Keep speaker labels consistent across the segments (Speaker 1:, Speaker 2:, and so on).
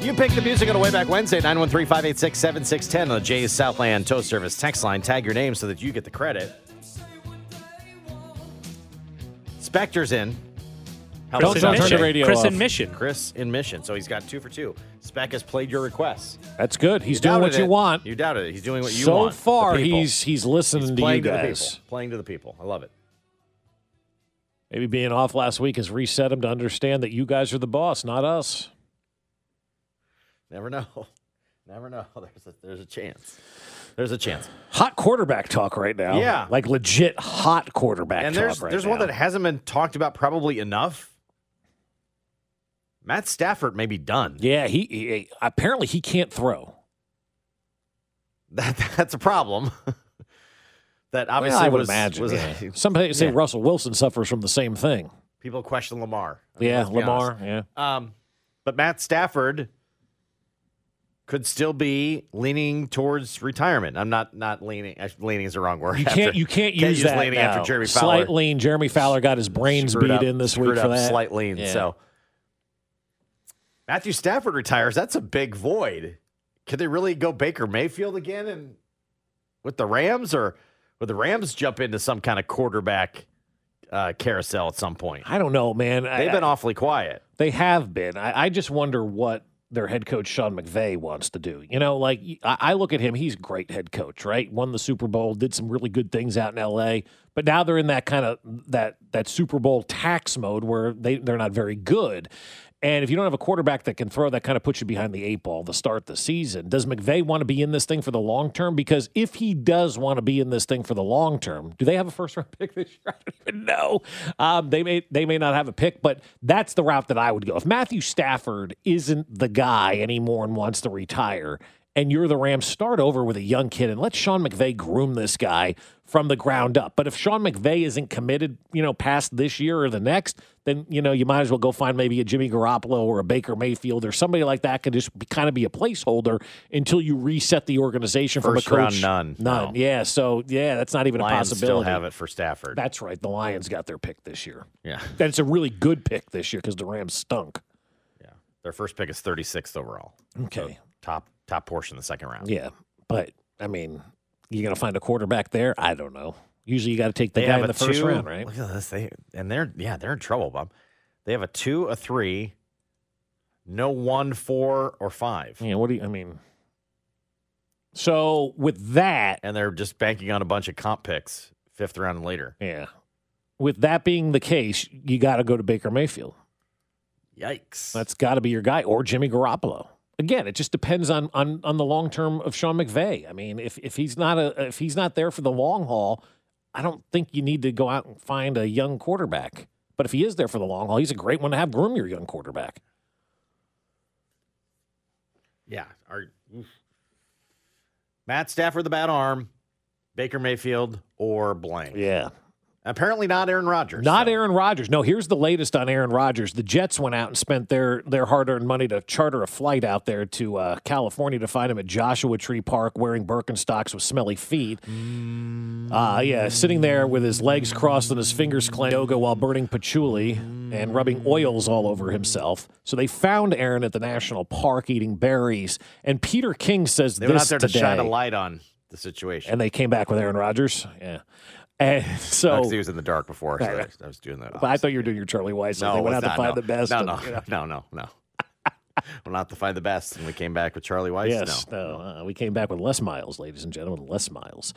Speaker 1: You pick the music on a way back Wednesday, 913 586 7610 on the Jay's Southland Tow Service text line. Tag your name so that you get the credit. Spectre's in. Help
Speaker 2: Don't-
Speaker 1: us
Speaker 2: don't
Speaker 1: out.
Speaker 2: turn the radio
Speaker 3: Chris
Speaker 2: off.
Speaker 3: in Mission.
Speaker 1: Chris in mission, so he's got two for two. Spec has played your requests.
Speaker 2: That's good. He's
Speaker 1: You
Speaker 2: doing what
Speaker 1: doubted
Speaker 2: you
Speaker 1: it.
Speaker 2: want.
Speaker 1: You doubted it. He's doing what you
Speaker 2: so
Speaker 1: want. The
Speaker 2: far,
Speaker 1: people.
Speaker 2: he's he's listening to you
Speaker 1: playing the
Speaker 2: guys.
Speaker 1: people. Playing to the people. I love it.
Speaker 2: Maybe being off last week has reset him to understand that you guys are the boss, not us.
Speaker 1: Never know. Never know. There's a, there's a chance. There's a chance.
Speaker 2: Hot quarterback talk right now.
Speaker 1: Yeah.
Speaker 2: like legit hot quarterback.
Speaker 1: and
Speaker 2: talk
Speaker 1: there's
Speaker 2: right
Speaker 1: there's one
Speaker 2: now.
Speaker 1: that hasn't been talked about probably enough. Matt Stafford may be done.
Speaker 2: yeah, he, he apparently he can't throw.
Speaker 1: That that's a problem. that obviously
Speaker 2: Well, I would
Speaker 1: was,
Speaker 2: imagine.
Speaker 1: was-
Speaker 2: yeah. Some people say
Speaker 1: Yeah.
Speaker 2: Russell Wilson suffers from the same thing.
Speaker 1: people question Lamar. I mean,
Speaker 2: Yeah,
Speaker 1: let's be
Speaker 2: Lamar.
Speaker 1: honest.
Speaker 2: Yeah,
Speaker 1: Um, but Matt Stafford could still be leaning towards retirement. I'm not not leaning. actually, Leaning is the wrong word.
Speaker 2: you
Speaker 1: after-
Speaker 2: can't you can't, use
Speaker 1: use
Speaker 2: that
Speaker 1: leaning
Speaker 2: now.
Speaker 1: after Jeremy Fowler.
Speaker 2: Slight lean. Jeremy Fowler got his brains
Speaker 1: screwed
Speaker 2: beat
Speaker 1: up-
Speaker 2: in this
Speaker 1: screwed
Speaker 2: week for
Speaker 1: up
Speaker 2: that.
Speaker 1: slight lean.
Speaker 2: Yeah.
Speaker 1: So Matthew Stafford retires. That's a big void. Could they really go Baker Mayfield again and with the Rams, or would the Rams jump into some kind of quarterback uh, carousel at some point?
Speaker 2: I don't know, man.
Speaker 1: They've been awfully quiet.
Speaker 2: They have been. I, I just wonder what their head coach Sean McVay wants to do. You know, like I, I look at him, he's a great head coach, right? Won the Super Bowl, did some really good things out in LA, but now they're in that kind of that that Super Bowl tax mode where they they're not very good. And if you don't have a quarterback that can throw, that kind of puts you behind the eight ball to start the season. Does McVay want to be in this thing for the long term? Because if he does want to be in this thing for the long term, do they have a first round pick this year? I don't even know. Um, they may they may not have a pick, but that's the route that I would go. If Matthew Stafford isn't the guy anymore and wants to retire, and you're the Rams, start over with a young kid and let Sean McVay groom this guy from the ground up. But if Sean McVay isn't committed, you know, past this year or the next, then you know you might as well go find maybe a Jimmy Garoppolo or a Baker Mayfield or somebody like that can just be, kind of be a placeholder until you reset the organization from
Speaker 1: First
Speaker 2: a coach.
Speaker 1: round, none.
Speaker 2: none.
Speaker 1: No.
Speaker 2: Yeah, so yeah, that's not even
Speaker 1: Lions
Speaker 2: a
Speaker 1: still
Speaker 2: possibility.
Speaker 1: have it for Stafford.
Speaker 2: That's right. The Lions got their pick this year.
Speaker 1: yeah,
Speaker 2: And it's a really good pick this year because the Rams stunk.
Speaker 1: yeah. Their first pick is 36th overall.
Speaker 2: Okay.
Speaker 1: Top top portion of the second round.
Speaker 2: Yeah. But I mean, you're gonna find a quarterback there? I don't know. Usually you gotta take the guy in the first
Speaker 1: two,
Speaker 2: round, right?
Speaker 1: Look at this. They and they're yeah, they're in trouble, Bob. They have a two, a three, no one, four, or five.
Speaker 2: Yeah, what do you I mean? So with that
Speaker 1: And they're just banking on a bunch of comp picks fifth round and later.
Speaker 2: yeah. With that being the case, you gotta go to Baker Mayfield.
Speaker 1: Yikes.
Speaker 2: That's gotta be your guy, or Jimmy Garoppolo. Again, it just depends on on on the long term of Sean McVay. I mean, if if he's not a if he's not there for the long haul, I don't think you need to go out and find a young quarterback. But if he is there for the long haul, he's a great one to have groom your young quarterback.
Speaker 1: yeah. Are- oof. Matt Stafford the bad arm, Baker Mayfield, or blank.
Speaker 2: Yeah.
Speaker 1: Apparently not Aaron Rodgers.
Speaker 2: Not
Speaker 1: so-
Speaker 2: Aaron Rodgers. No, here's the latest on Aaron Rodgers. The Jets went out and spent their their hard earned money to charter a flight out there to uh, California to find him at Joshua Tree Park wearing Birkenstocks with smelly feet.
Speaker 1: Mm.
Speaker 2: Uh, yeah, sitting there with his legs crossed and his fingers clenched yoga while burning patchouli and rubbing oils all over himself. So they found Aaron at the national park eating berries. And Peter King says
Speaker 1: They
Speaker 2: this
Speaker 1: went out there to
Speaker 2: today.
Speaker 1: shine a light on the situation.
Speaker 2: and they came back with Aaron Rodgers. Yeah. And so.
Speaker 1: Because Oh, he was in the dark before, so
Speaker 2: Right,
Speaker 1: I
Speaker 2: right.
Speaker 1: was- I was doing that.
Speaker 2: oh. But I thought you were doing your Charlie Weiss. and they went out
Speaker 1: it's
Speaker 2: to find
Speaker 1: no.
Speaker 2: the best.
Speaker 1: No,
Speaker 2: and,
Speaker 1: no,
Speaker 2: you know.
Speaker 1: no, no, no. Went out to find the best, and we came back with Charlie Weiss.
Speaker 2: Yes, no, uh, we came back with less miles, ladies and gentlemen, less miles.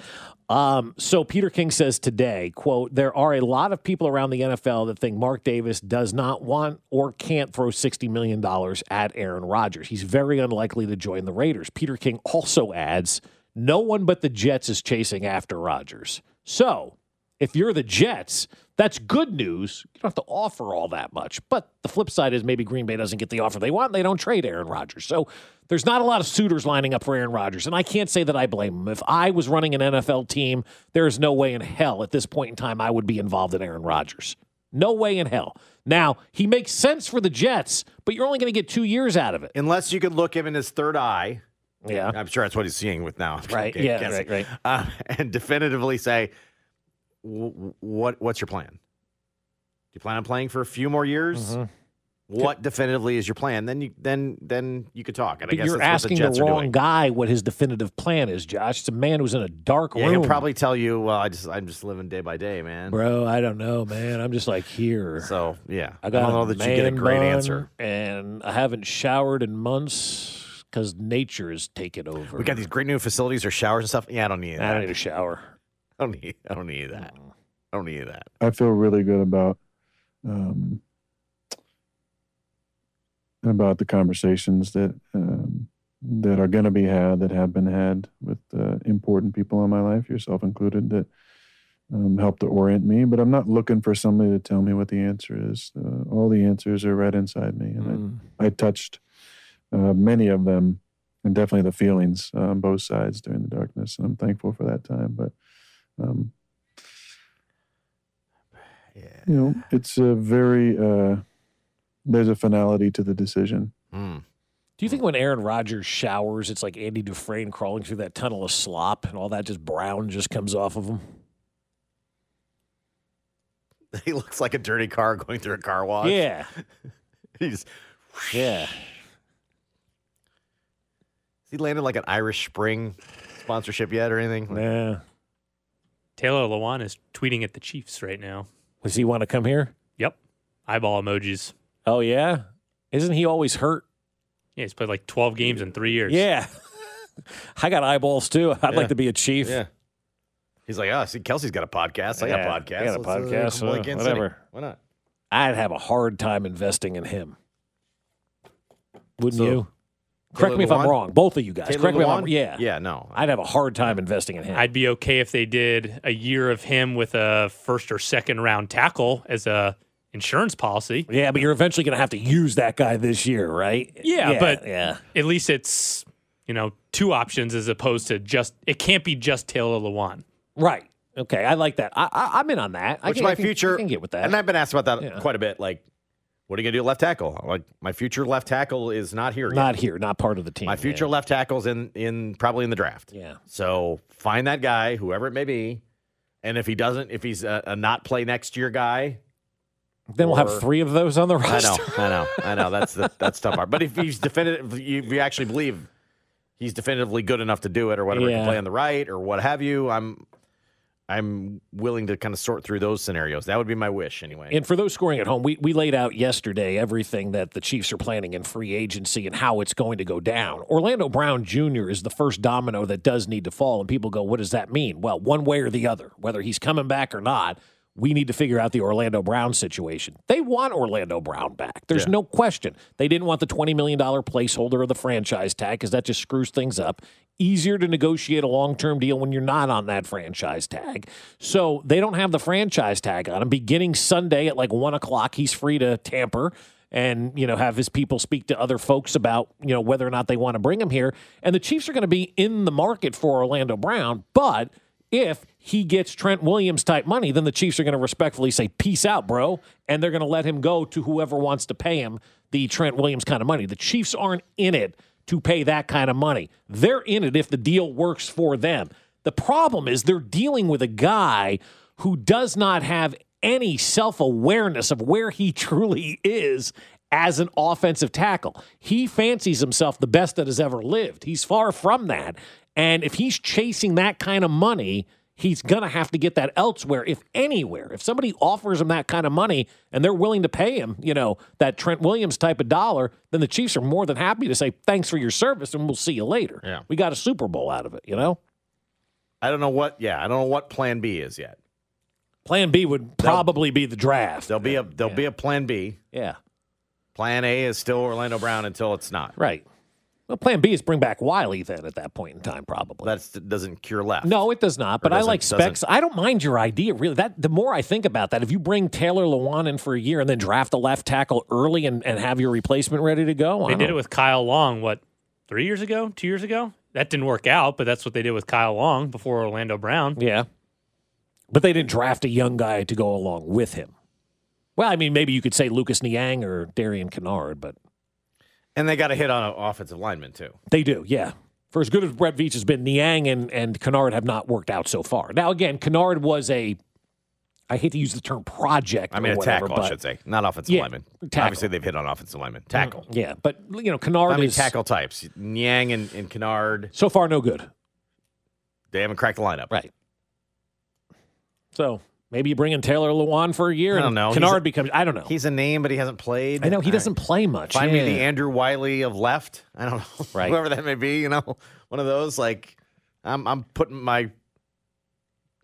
Speaker 2: Um, so Peter King says today, quote, there are a lot of people around the NFL that think Mark Davis does not want or can't throw $60 million at Aaron Rodgers. He's very unlikely to join the Raiders. Peter King also adds, no one but the Jets is chasing after Rodgers. So if you're the Jets, that's good news. You don't have to offer all that much. But the flip side is maybe Green Bay doesn't get the offer they want. and They don't trade Aaron Rodgers. So there's not a lot of suitors lining up for Aaron Rodgers. And I can't say that I blame him. If I was running an NFL team, there is no way in hell at this point in time I would be involved in Aaron Rodgers. No way in hell. Now, he makes sense for the Jets, but you're only going to get two years out of it.
Speaker 1: Unless you could look him in his third eye,
Speaker 2: Yeah.
Speaker 1: I'm sure that's what he's seeing with now.
Speaker 2: Right.
Speaker 1: Okay,
Speaker 2: Yeah,
Speaker 1: guessing.
Speaker 2: right, right.
Speaker 1: Uh, and definitively say, "W- w- what What's your plan? Do you plan on playing for a few more years?
Speaker 2: Mm-hmm.
Speaker 1: What definitively is your plan? Then you then then you could talk. And I
Speaker 2: But
Speaker 1: guess
Speaker 2: you're
Speaker 1: that's
Speaker 2: asking
Speaker 1: what the Jets are
Speaker 2: wrong
Speaker 1: doing.
Speaker 2: guy what his definitive plan is, Josh. It's a man who's in a dark
Speaker 1: Yeah,
Speaker 2: room.
Speaker 1: he'll probably tell you. Well, I just I'm just living day by day, man.
Speaker 2: Bro, I don't know, man. I'm just like here.
Speaker 1: So yeah,
Speaker 2: I got
Speaker 1: don't know
Speaker 2: a
Speaker 1: that you get a
Speaker 2: man
Speaker 1: great
Speaker 2: bun,
Speaker 1: answer.
Speaker 2: and I haven't showered in months because nature has taken over.
Speaker 1: We got these great new facilities or showers and stuff. Yeah, I don't need
Speaker 2: I
Speaker 1: that.
Speaker 2: don't need a shower.
Speaker 1: I don't need. I don't need that. I don't need that.
Speaker 3: I feel really good about um, about the conversations that um, that are going to be had, that have been had with uh, important people in my life, yourself included, that um, help to orient me. But I'm not looking for somebody to tell me what the answer is. Uh, all the answers are right inside me, and I
Speaker 2: Mm.
Speaker 3: I touched uh, many of them, and definitely the feelings uh, on both sides during the darkness. And I'm thankful for that time. But um,
Speaker 1: Yeah.
Speaker 3: you know, it's a very uh, there's a finality to the decision.
Speaker 1: Mm.
Speaker 2: Do you think when Aaron Rodgers showers, it's like Andy Dufresne crawling through that tunnel of slop and all that just brown just comes off of him?
Speaker 1: He looks like a dirty car going through a car wash.
Speaker 2: Yeah.
Speaker 1: He's
Speaker 2: Yeah.
Speaker 1: Has he landed like an Irish Spring sponsorship yet or anything?
Speaker 2: Nah.
Speaker 4: Taylor Lewan is tweeting at the Chiefs right now.
Speaker 2: Does he want to come here?
Speaker 4: Yep. Eyeball emojis.
Speaker 2: Oh, yeah. Isn't he always hurt?
Speaker 4: Yeah, he's played like 12 games in three years.
Speaker 2: Yeah. I got eyeballs too. I'd
Speaker 1: Yeah.
Speaker 2: like to be a chief.
Speaker 1: Yeah. He's like, oh, see, Kelsey's got a podcast. I
Speaker 2: Yeah, I
Speaker 1: got a podcast.
Speaker 2: got a
Speaker 1: Let's,
Speaker 2: podcast,
Speaker 1: play
Speaker 2: uh,
Speaker 1: against City.
Speaker 2: whatever.
Speaker 1: Why not?
Speaker 2: I'd have a hard time investing in him. Wouldn't
Speaker 1: So,
Speaker 2: you? Correct me if I'm
Speaker 1: Lewan?
Speaker 2: wrong. Both of you guys.
Speaker 1: Taylor
Speaker 2: Correct me if I'm
Speaker 1: Lewan?
Speaker 2: wrong. Yeah.
Speaker 1: Yeah, no.
Speaker 2: I'd have a hard time investing in him.
Speaker 4: I'd be okay if they did a year of him with a first or second round tackle as a insurance policy.
Speaker 2: yeah, but you're eventually going to have to use that guy this year, right?
Speaker 4: Yeah, but-
Speaker 2: yeah.
Speaker 4: At least it's, you know, two options as opposed to just, it can't be just Taylor Lewan.
Speaker 2: Right. Okay. I like that. I, I, I'm in on that. I
Speaker 1: Which
Speaker 2: can,
Speaker 1: my
Speaker 2: I can,
Speaker 1: future-
Speaker 2: I can get with that.
Speaker 1: and I've been asked about that
Speaker 2: Yeah.
Speaker 1: quite a bit. Like, what are you going to do at left tackle? I'm Like, my future left tackle is not here yet.
Speaker 2: not here. Not part of the team.
Speaker 1: My future left tackle's in, in probably in the draft.
Speaker 2: Yeah.
Speaker 1: So find that guy, whoever it may be. And if he doesn't, if he's a, a not play next year guy,
Speaker 2: yeah. Then we'll
Speaker 1: Or-
Speaker 2: have three of those on the
Speaker 1: I
Speaker 2: roster.
Speaker 1: know, I know, I know. That's the that's the tough part. But if he's definitive, you, you actually believe he's definitively good enough to do it, or whatever, can
Speaker 2: Yeah.
Speaker 1: play on the right or what have you. I'm I'm willing to kind of sort through those scenarios. That would be my wish, anyway.
Speaker 2: And for those scoring at home, we, we laid out yesterday everything that the Chiefs are planning in free agency and how it's going to go down. Orlando Brown Jr. is the first domino that does need to fall, and people go, What does that mean? Well, one way or the other, whether he's coming back or not, we need to figure out the Orlando Brown situation. They want Orlando Brown back. There's no question. They didn't want the $20 million placeholder of the franchise tag because that just screws things up. Easier to negotiate a long term deal when you're not on that franchise tag. So they don't have the franchise tag on him. Beginning Sunday at like one o'clock, he's free to tamper and you know have his people speak to other folks about you know whether or not they want to bring him here and the chiefs are going to be in the market for orlando brown but if he gets Trent Williams type money, then the Chiefs are going to respectfully say, Peace out, bro. And they're going to let him go to whoever wants to pay him the Trent Williams kind of money. The Chiefs aren't in it to pay that kind of money. They're in it if the deal works for them. The problem is they're dealing with a guy who does not have any self awareness of where he truly is as an offensive tackle. He fancies himself the best that has ever lived. He's far from that. And if he's chasing that kind of money, he's going to have to get that elsewhere, if anywhere. If somebody offers him that kind of money and they're willing to pay him, you know, that Trent Williams type of dollar, then the Chiefs are more than happy to say, thanks for your service and we'll see you later.
Speaker 1: Yeah.
Speaker 2: We got a Super Bowl out of it, you know?
Speaker 1: I don't know what. Yeah, I don't know what Plan B is yet.
Speaker 2: Plan B would probably be the draft.
Speaker 1: There'll be a there'll be a Plan B.
Speaker 2: Yeah.
Speaker 1: Plan A is still Orlando Brown until it's not.
Speaker 2: Right. Well, plan B is bring back Wiley then at that point in time, probably.
Speaker 1: That doesn't cure left.
Speaker 2: no, it does not. But I
Speaker 1: doesn't-
Speaker 2: like
Speaker 1: doesn't-
Speaker 2: specs. I don't mind your idea, really. That the more I think about that, if you bring Taylor Lewan in for a year and then draft a left tackle early and, and have your replacement ready to go,
Speaker 4: They did it with Kyle Long, what, three years ago, two years ago? That didn't work out, but that's what they did with Kyle Long before Orlando Brown.
Speaker 2: yeah. But they didn't draft a young guy to go along with him. Well, I mean, maybe you could say Lucas Niang or Darian Kennard, but
Speaker 1: and they got to hit on an offensive lineman too.
Speaker 2: They do, yeah. For as good as Brett Veach has been, Niang and, and Kennard have not worked out so far. Now, again, Kennard was a, I hate to use the term project.
Speaker 1: I mean,
Speaker 2: or
Speaker 1: a
Speaker 2: whatever,
Speaker 1: tackle, I
Speaker 2: but-
Speaker 1: should say, not offensive
Speaker 2: Yeah,
Speaker 1: lineman.
Speaker 2: tackle.
Speaker 1: Obviously, they've hit on offensive lineman. Tackle.
Speaker 2: Yeah, but you know, Kennard
Speaker 1: I mean,
Speaker 2: is
Speaker 1: tackle types. Nyang and, and Kennard,
Speaker 2: so far no good.
Speaker 1: they haven't cracked the lineup.
Speaker 2: Right. So maybe you bring in Taylor Lewan for a year.
Speaker 1: I don't
Speaker 2: and
Speaker 1: know. He's
Speaker 2: Kennard
Speaker 1: a-
Speaker 2: becomes. I don't know.
Speaker 1: He's a name, but he hasn't played.
Speaker 2: I know he
Speaker 1: All right.
Speaker 2: doesn't play much.
Speaker 1: Find
Speaker 2: Yeah.
Speaker 1: me the Andrew Wiley of left. I don't know.
Speaker 2: Right.
Speaker 1: Whoever that may be, you know, one of those. Like, I'm I'm putting my.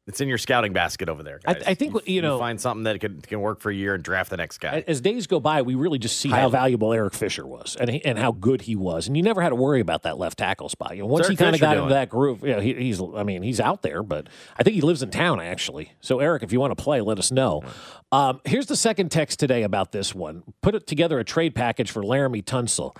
Speaker 1: It's in your scouting basket over there.
Speaker 2: I-
Speaker 1: Guys.
Speaker 2: I think, you know-
Speaker 1: find something that can can work for a year and draft the next guy.
Speaker 2: A- As days go by, we really just see how
Speaker 1: Highly.
Speaker 2: valuable Eric Fisher was and he, and how good he was. And you never had to worry about that left tackle spot. You know, once
Speaker 1: Eric
Speaker 2: he kind of
Speaker 1: Fisher
Speaker 2: got
Speaker 1: doing?
Speaker 2: into that groove, yeah, he, he's. I mean, he's out there, but I think he lives in town actually. So Eric, if you want to play, let us know. Um, here's the second text today about this one. Put it together a trade package for Laramie Tunsil.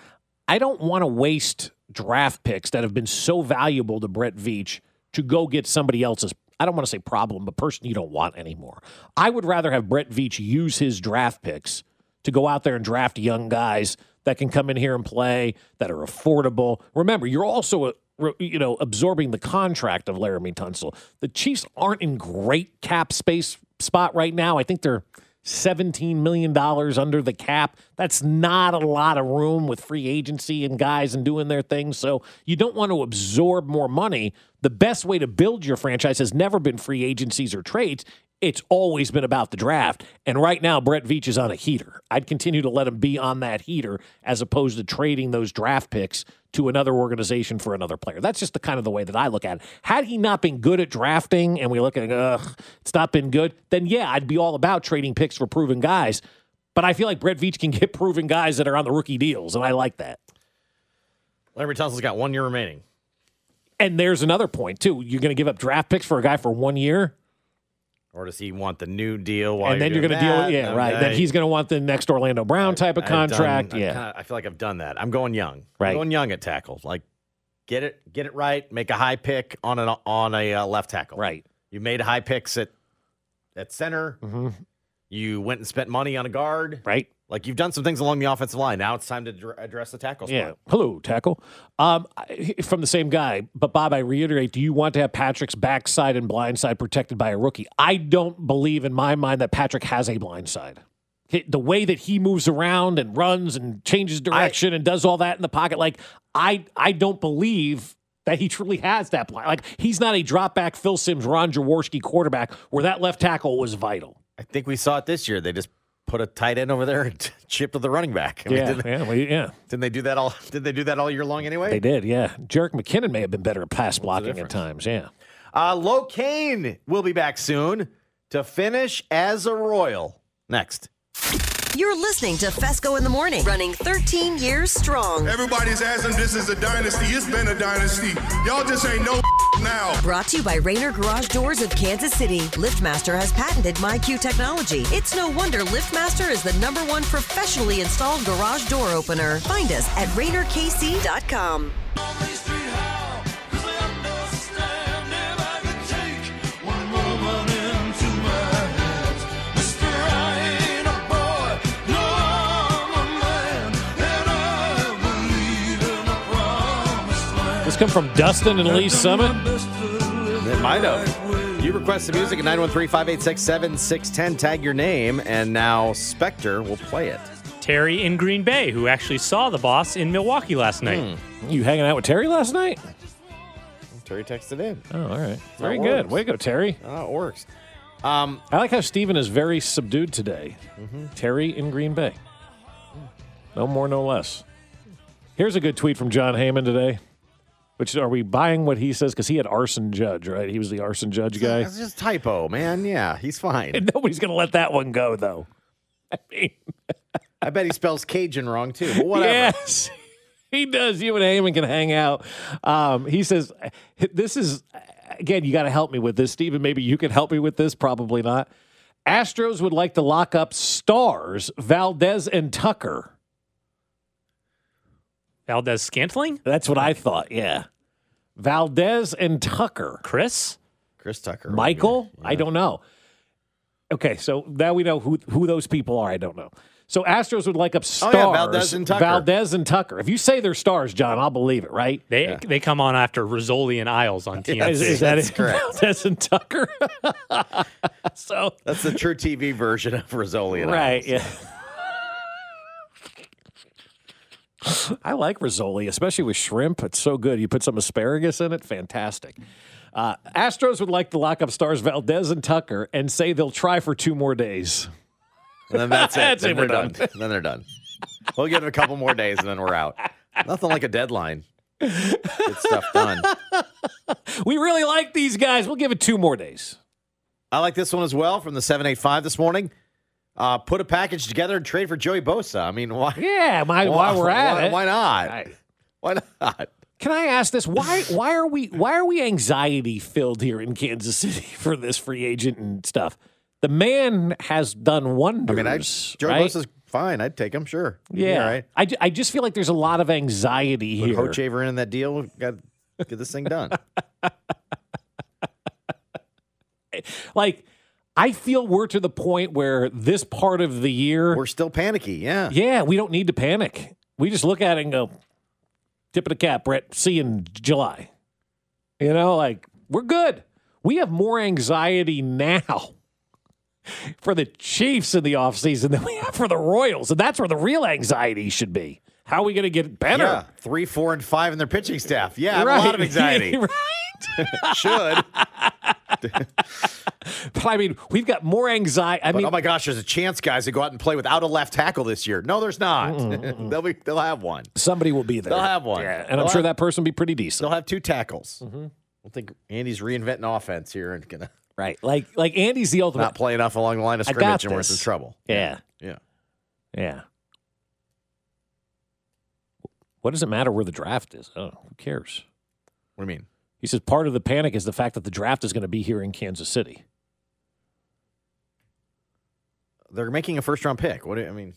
Speaker 2: I don't want to waste draft picks that have been so valuable to Brett Veach to go get somebody else's. I don't want to say problem, but person you don't want anymore. I would rather have Brett Veach use his draft picks to go out there and draft young guys that can come in here and play that are affordable. Remember, you're also uh, you know absorbing the contract of Laramie Tunsil. The Chiefs aren't in great cap space spot right now. I think they're 17 million dollars under the cap. That's not a lot of room with free agency and guys and doing their thing. So you don't want to absorb more money. The best way to build your franchise has never been free agencies or trades. It's always been about the draft. And right now, Brett Veach is on a heater. I'd continue to let him be on that heater as opposed to trading those draft picks to another organization for another player. That's just the kind of the way that I look at it. Had he not been good at drafting and we look at, ugh, it's not been good, then yeah, I'd be all about trading picks for proven guys. But I feel like Brett Veach can get proven guys that are on the rookie deals, and I like that.
Speaker 1: Larry Tunsil's got one year remaining.
Speaker 2: And there's another point, too. You're going to give up draft picks for a guy for one year?
Speaker 1: Or does he want the new deal? While
Speaker 2: and then you're
Speaker 1: going
Speaker 2: going to deal with yeah, right. Then he's going to want the next Orlando Brown type of contract. yeah,
Speaker 1: I feel like I've done that. I'm going young.
Speaker 2: Right.
Speaker 1: I'm going young at tackle. Like, get it, get it right. Make a high pick on an on a uh, left tackle.
Speaker 2: right.
Speaker 1: You made high picks at at center.
Speaker 2: hmm
Speaker 1: You went and spent money on a guard.
Speaker 2: Right.
Speaker 1: Like you've done some things along the offensive line. Now it's time to dr- address the tackle.
Speaker 2: Yeah.
Speaker 1: spot.
Speaker 2: Hello, tackle. Um, I- from the same guy. But Bob, I reiterate: Do you want to have Patrick's backside and blindside protected by a rookie? I don't believe in my mind that Patrick has a blindside. He- The way that he moves around and runs and changes direction and does all that in the pocket, like I, I don't believe that he truly has that blind. Like he's not a drop back Phil Sims, Ron Jaworski quarterback where that left tackle was vital.
Speaker 1: I think we saw it this year. They just put a tight end over there and chipped to the running back. I mean, didn't,
Speaker 2: yeah, well, yeah.
Speaker 1: didn't they do that all? Did they do that all year long anyway?
Speaker 2: They did, yeah. Jarek McKinnon may have been better at pass blocking at
Speaker 1: difference?
Speaker 2: times, yeah.
Speaker 1: Uh, Lo Kane will be back soon to finish as a Royal. Next.
Speaker 5: You're listening to Fesco in the Morning, running 13 years strong.
Speaker 6: Everybody's asking if this is a dynasty. It's been a dynasty. Y'all just ain't no now.
Speaker 5: Brought to you by Rainer Garage Doors of Kansas City. LiftMaster has patented MyQ technology. It's no wonder LiftMaster is the number one professionally installed garage door opener. Find us at RainerKC.com.
Speaker 2: This come from Dustin and Lee Summit.
Speaker 1: It might have. You request the music at 913 586 7610. Tag your name, and now Spectre will play it.
Speaker 4: Terry in Green Bay, who actually saw the boss in Milwaukee last night.
Speaker 2: You hanging out with Terry last night?
Speaker 1: Terry texted in.
Speaker 2: Oh, all right. Very
Speaker 1: how it
Speaker 2: good.
Speaker 1: works.
Speaker 2: Way to go, Terry.
Speaker 1: Oh, it works. Um,
Speaker 2: I like how Steven is very subdued today. Terry in Green Bay. No more, no less. Here's a good tweet from John Heyman today. Which are we buying what he says? Because he had arson judge, right? He was the arson judge guy.
Speaker 1: It's just typo, man. Yeah, he's fine.
Speaker 2: And nobody's going to let that one go, though. I mean,
Speaker 1: I bet he spells Cajun wrong too. But whatever.
Speaker 2: Yes. He does. You and Heyman can hang out. Um, he says, This is, again, you got to help me with this. Steven, maybe you can help me with this. Probably not. Astros would like to lock up stars Valdez and Tucker.
Speaker 4: Valdez Scantling?
Speaker 2: That's what I thought. Yeah. Valdez and Tucker.
Speaker 4: Chris?
Speaker 1: Chris Tucker.
Speaker 2: Michael? I don't know. Okay, so now we know who who those people are. I don't know. So Astros would like up
Speaker 1: Oh,
Speaker 2: stars.
Speaker 1: yeah, Valdez and Tucker.
Speaker 2: Valdez and Tucker. If you say they're stars, John, I'll believe it, right?
Speaker 4: They they come on after Rizzoli and Isles on TNT.
Speaker 2: Is, is that
Speaker 1: That's
Speaker 2: it?
Speaker 1: correct.
Speaker 2: Valdez and Tucker. so
Speaker 1: That's the true TV version of Rizzoli. and I.
Speaker 2: right, yeah. I like rizzoli, especially with shrimp. It's so good. You put some asparagus in it, fantastic. Uh, Astros would like to lock up stars Valdez and Tucker and say they'll try for two more days.
Speaker 1: And then that's it.
Speaker 2: That's
Speaker 1: then
Speaker 2: it,
Speaker 1: they're
Speaker 2: we're done.
Speaker 1: done. then they're done. We'll give it a couple more days and then we're out. Nothing like a deadline. Get stuff done.
Speaker 2: We really like these guys. We'll give it two more days.
Speaker 1: I like this one as well from the 785 this morning. Uh, put a package together and trade for Joey Bosa. I mean, why?
Speaker 2: Yeah, my, why, we're at
Speaker 1: why,
Speaker 2: it.
Speaker 1: Why not?
Speaker 2: Right.
Speaker 1: Why not?
Speaker 2: Can I ask this? Why why are we why are we anxiety filled here in Kansas City for this free agent and stuff? The man has done
Speaker 1: I
Speaker 2: wonders.
Speaker 1: mean, I, Joey
Speaker 2: right?
Speaker 1: Bosa's fine. I'd take him, sure. He'd be
Speaker 2: yeah.
Speaker 1: all right.
Speaker 2: I, ju- I just feel like there's a lot of anxiety
Speaker 1: Put
Speaker 2: here.
Speaker 1: Hochaver in that deal. Got to get this thing done.
Speaker 2: Like I feel we're to the point where this part of the year,
Speaker 1: We're still panicky. Yeah.
Speaker 2: yeah, we don't need to panic. We just look at it and go, tip of the cap, Brett. See you in July. You know, like we're good. We have more anxiety now for the Chiefs in the offseason than we have for the Royals. And that's where the real anxiety should be. How are we going to get better?
Speaker 1: Yeah. Three, four, and five in their pitching staff. Yeah. I have a lot of
Speaker 2: Right.
Speaker 1: anxiety.
Speaker 2: Right.
Speaker 1: Should.
Speaker 2: But I mean, we've got more anxiety. I
Speaker 1: But,
Speaker 2: mean,
Speaker 1: oh my gosh, there's a chance, guys, to go out and play without a left tackle this year. No, there's not. they'll be, they'll have one.
Speaker 2: somebody will be there.
Speaker 1: They'll have one.
Speaker 2: Yeah, and
Speaker 1: They'll
Speaker 2: I'm sure
Speaker 1: have-
Speaker 2: that person will be pretty decent.
Speaker 1: They'll have two tackles.
Speaker 2: Mm-hmm.
Speaker 1: I don't think Andy's reinventing offense here and gonna
Speaker 2: Right. Like, like Andy's the ultimate.
Speaker 1: not play enough along the line of
Speaker 2: I got
Speaker 1: scrimmage and we're in
Speaker 2: this.
Speaker 1: some trouble.
Speaker 2: yeah.
Speaker 1: Yeah.
Speaker 2: Yeah. What does it matter where the draft is? Oh, who cares?
Speaker 1: What do you mean?
Speaker 2: He says part of the panic is the fact that the draft is going to be here in Kansas City.
Speaker 1: They're making a first round pick. What do you, I mean?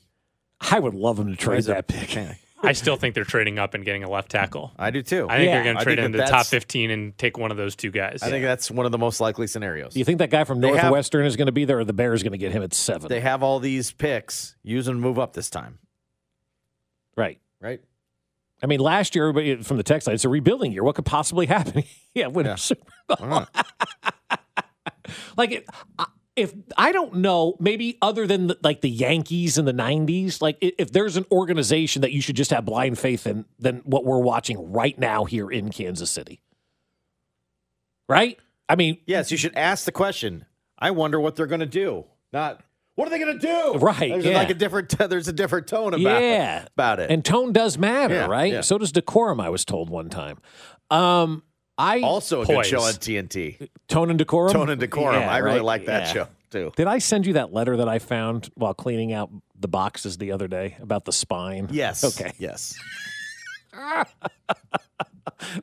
Speaker 2: I would love him to trade
Speaker 1: raise a
Speaker 2: that pick.
Speaker 1: panic.
Speaker 4: I still think they're trading up and getting a left tackle.
Speaker 1: I do too.
Speaker 4: I think
Speaker 2: Yeah.
Speaker 4: they're going
Speaker 1: I
Speaker 4: to trade
Speaker 1: think
Speaker 4: into
Speaker 1: that
Speaker 4: the top
Speaker 1: that's-
Speaker 4: 15 and take one of those two guys.
Speaker 1: I think that's one of the most likely scenarios.
Speaker 2: Do you think that guy from
Speaker 1: They have-
Speaker 2: Northwestern is going to be there, or the Bears going to get him at seven?
Speaker 1: They have all these picks. Use them to move up this time,
Speaker 2: right.
Speaker 1: right?
Speaker 2: I mean, last year, everybody from the text line, it's a rebuilding year. What could possibly happen? yeah, win
Speaker 1: Yeah.
Speaker 2: a Super Bowl.
Speaker 1: Why not?
Speaker 2: Like, if, I- if I don't know, maybe other than the, like the Yankees in the '90s, like i- if there's an organization that you should just have blind faith in, than what we're watching right now here in Kansas City, right? I mean,
Speaker 1: yes, you should ask the question. I wonder what they're going to do. Not what are they going to do?
Speaker 2: Right,
Speaker 1: There's
Speaker 2: yeah.
Speaker 1: like a different. there's a different tone about
Speaker 2: yeah,
Speaker 1: about it.
Speaker 2: and tone does matter,
Speaker 1: Yeah,
Speaker 2: right?
Speaker 1: yeah.
Speaker 2: So does decorum. I was told one time. Um, I
Speaker 1: also a good
Speaker 4: Poise.
Speaker 1: show on TNT.
Speaker 2: tone and decorum.
Speaker 1: Tone and decorum.
Speaker 2: Yeah,
Speaker 1: I really
Speaker 2: right?
Speaker 1: like that
Speaker 2: Yeah.
Speaker 1: show too.
Speaker 2: Did I send you that letter that I found while cleaning out the boxes the other day about the spine?
Speaker 1: Yes.
Speaker 2: Okay.
Speaker 1: Yes.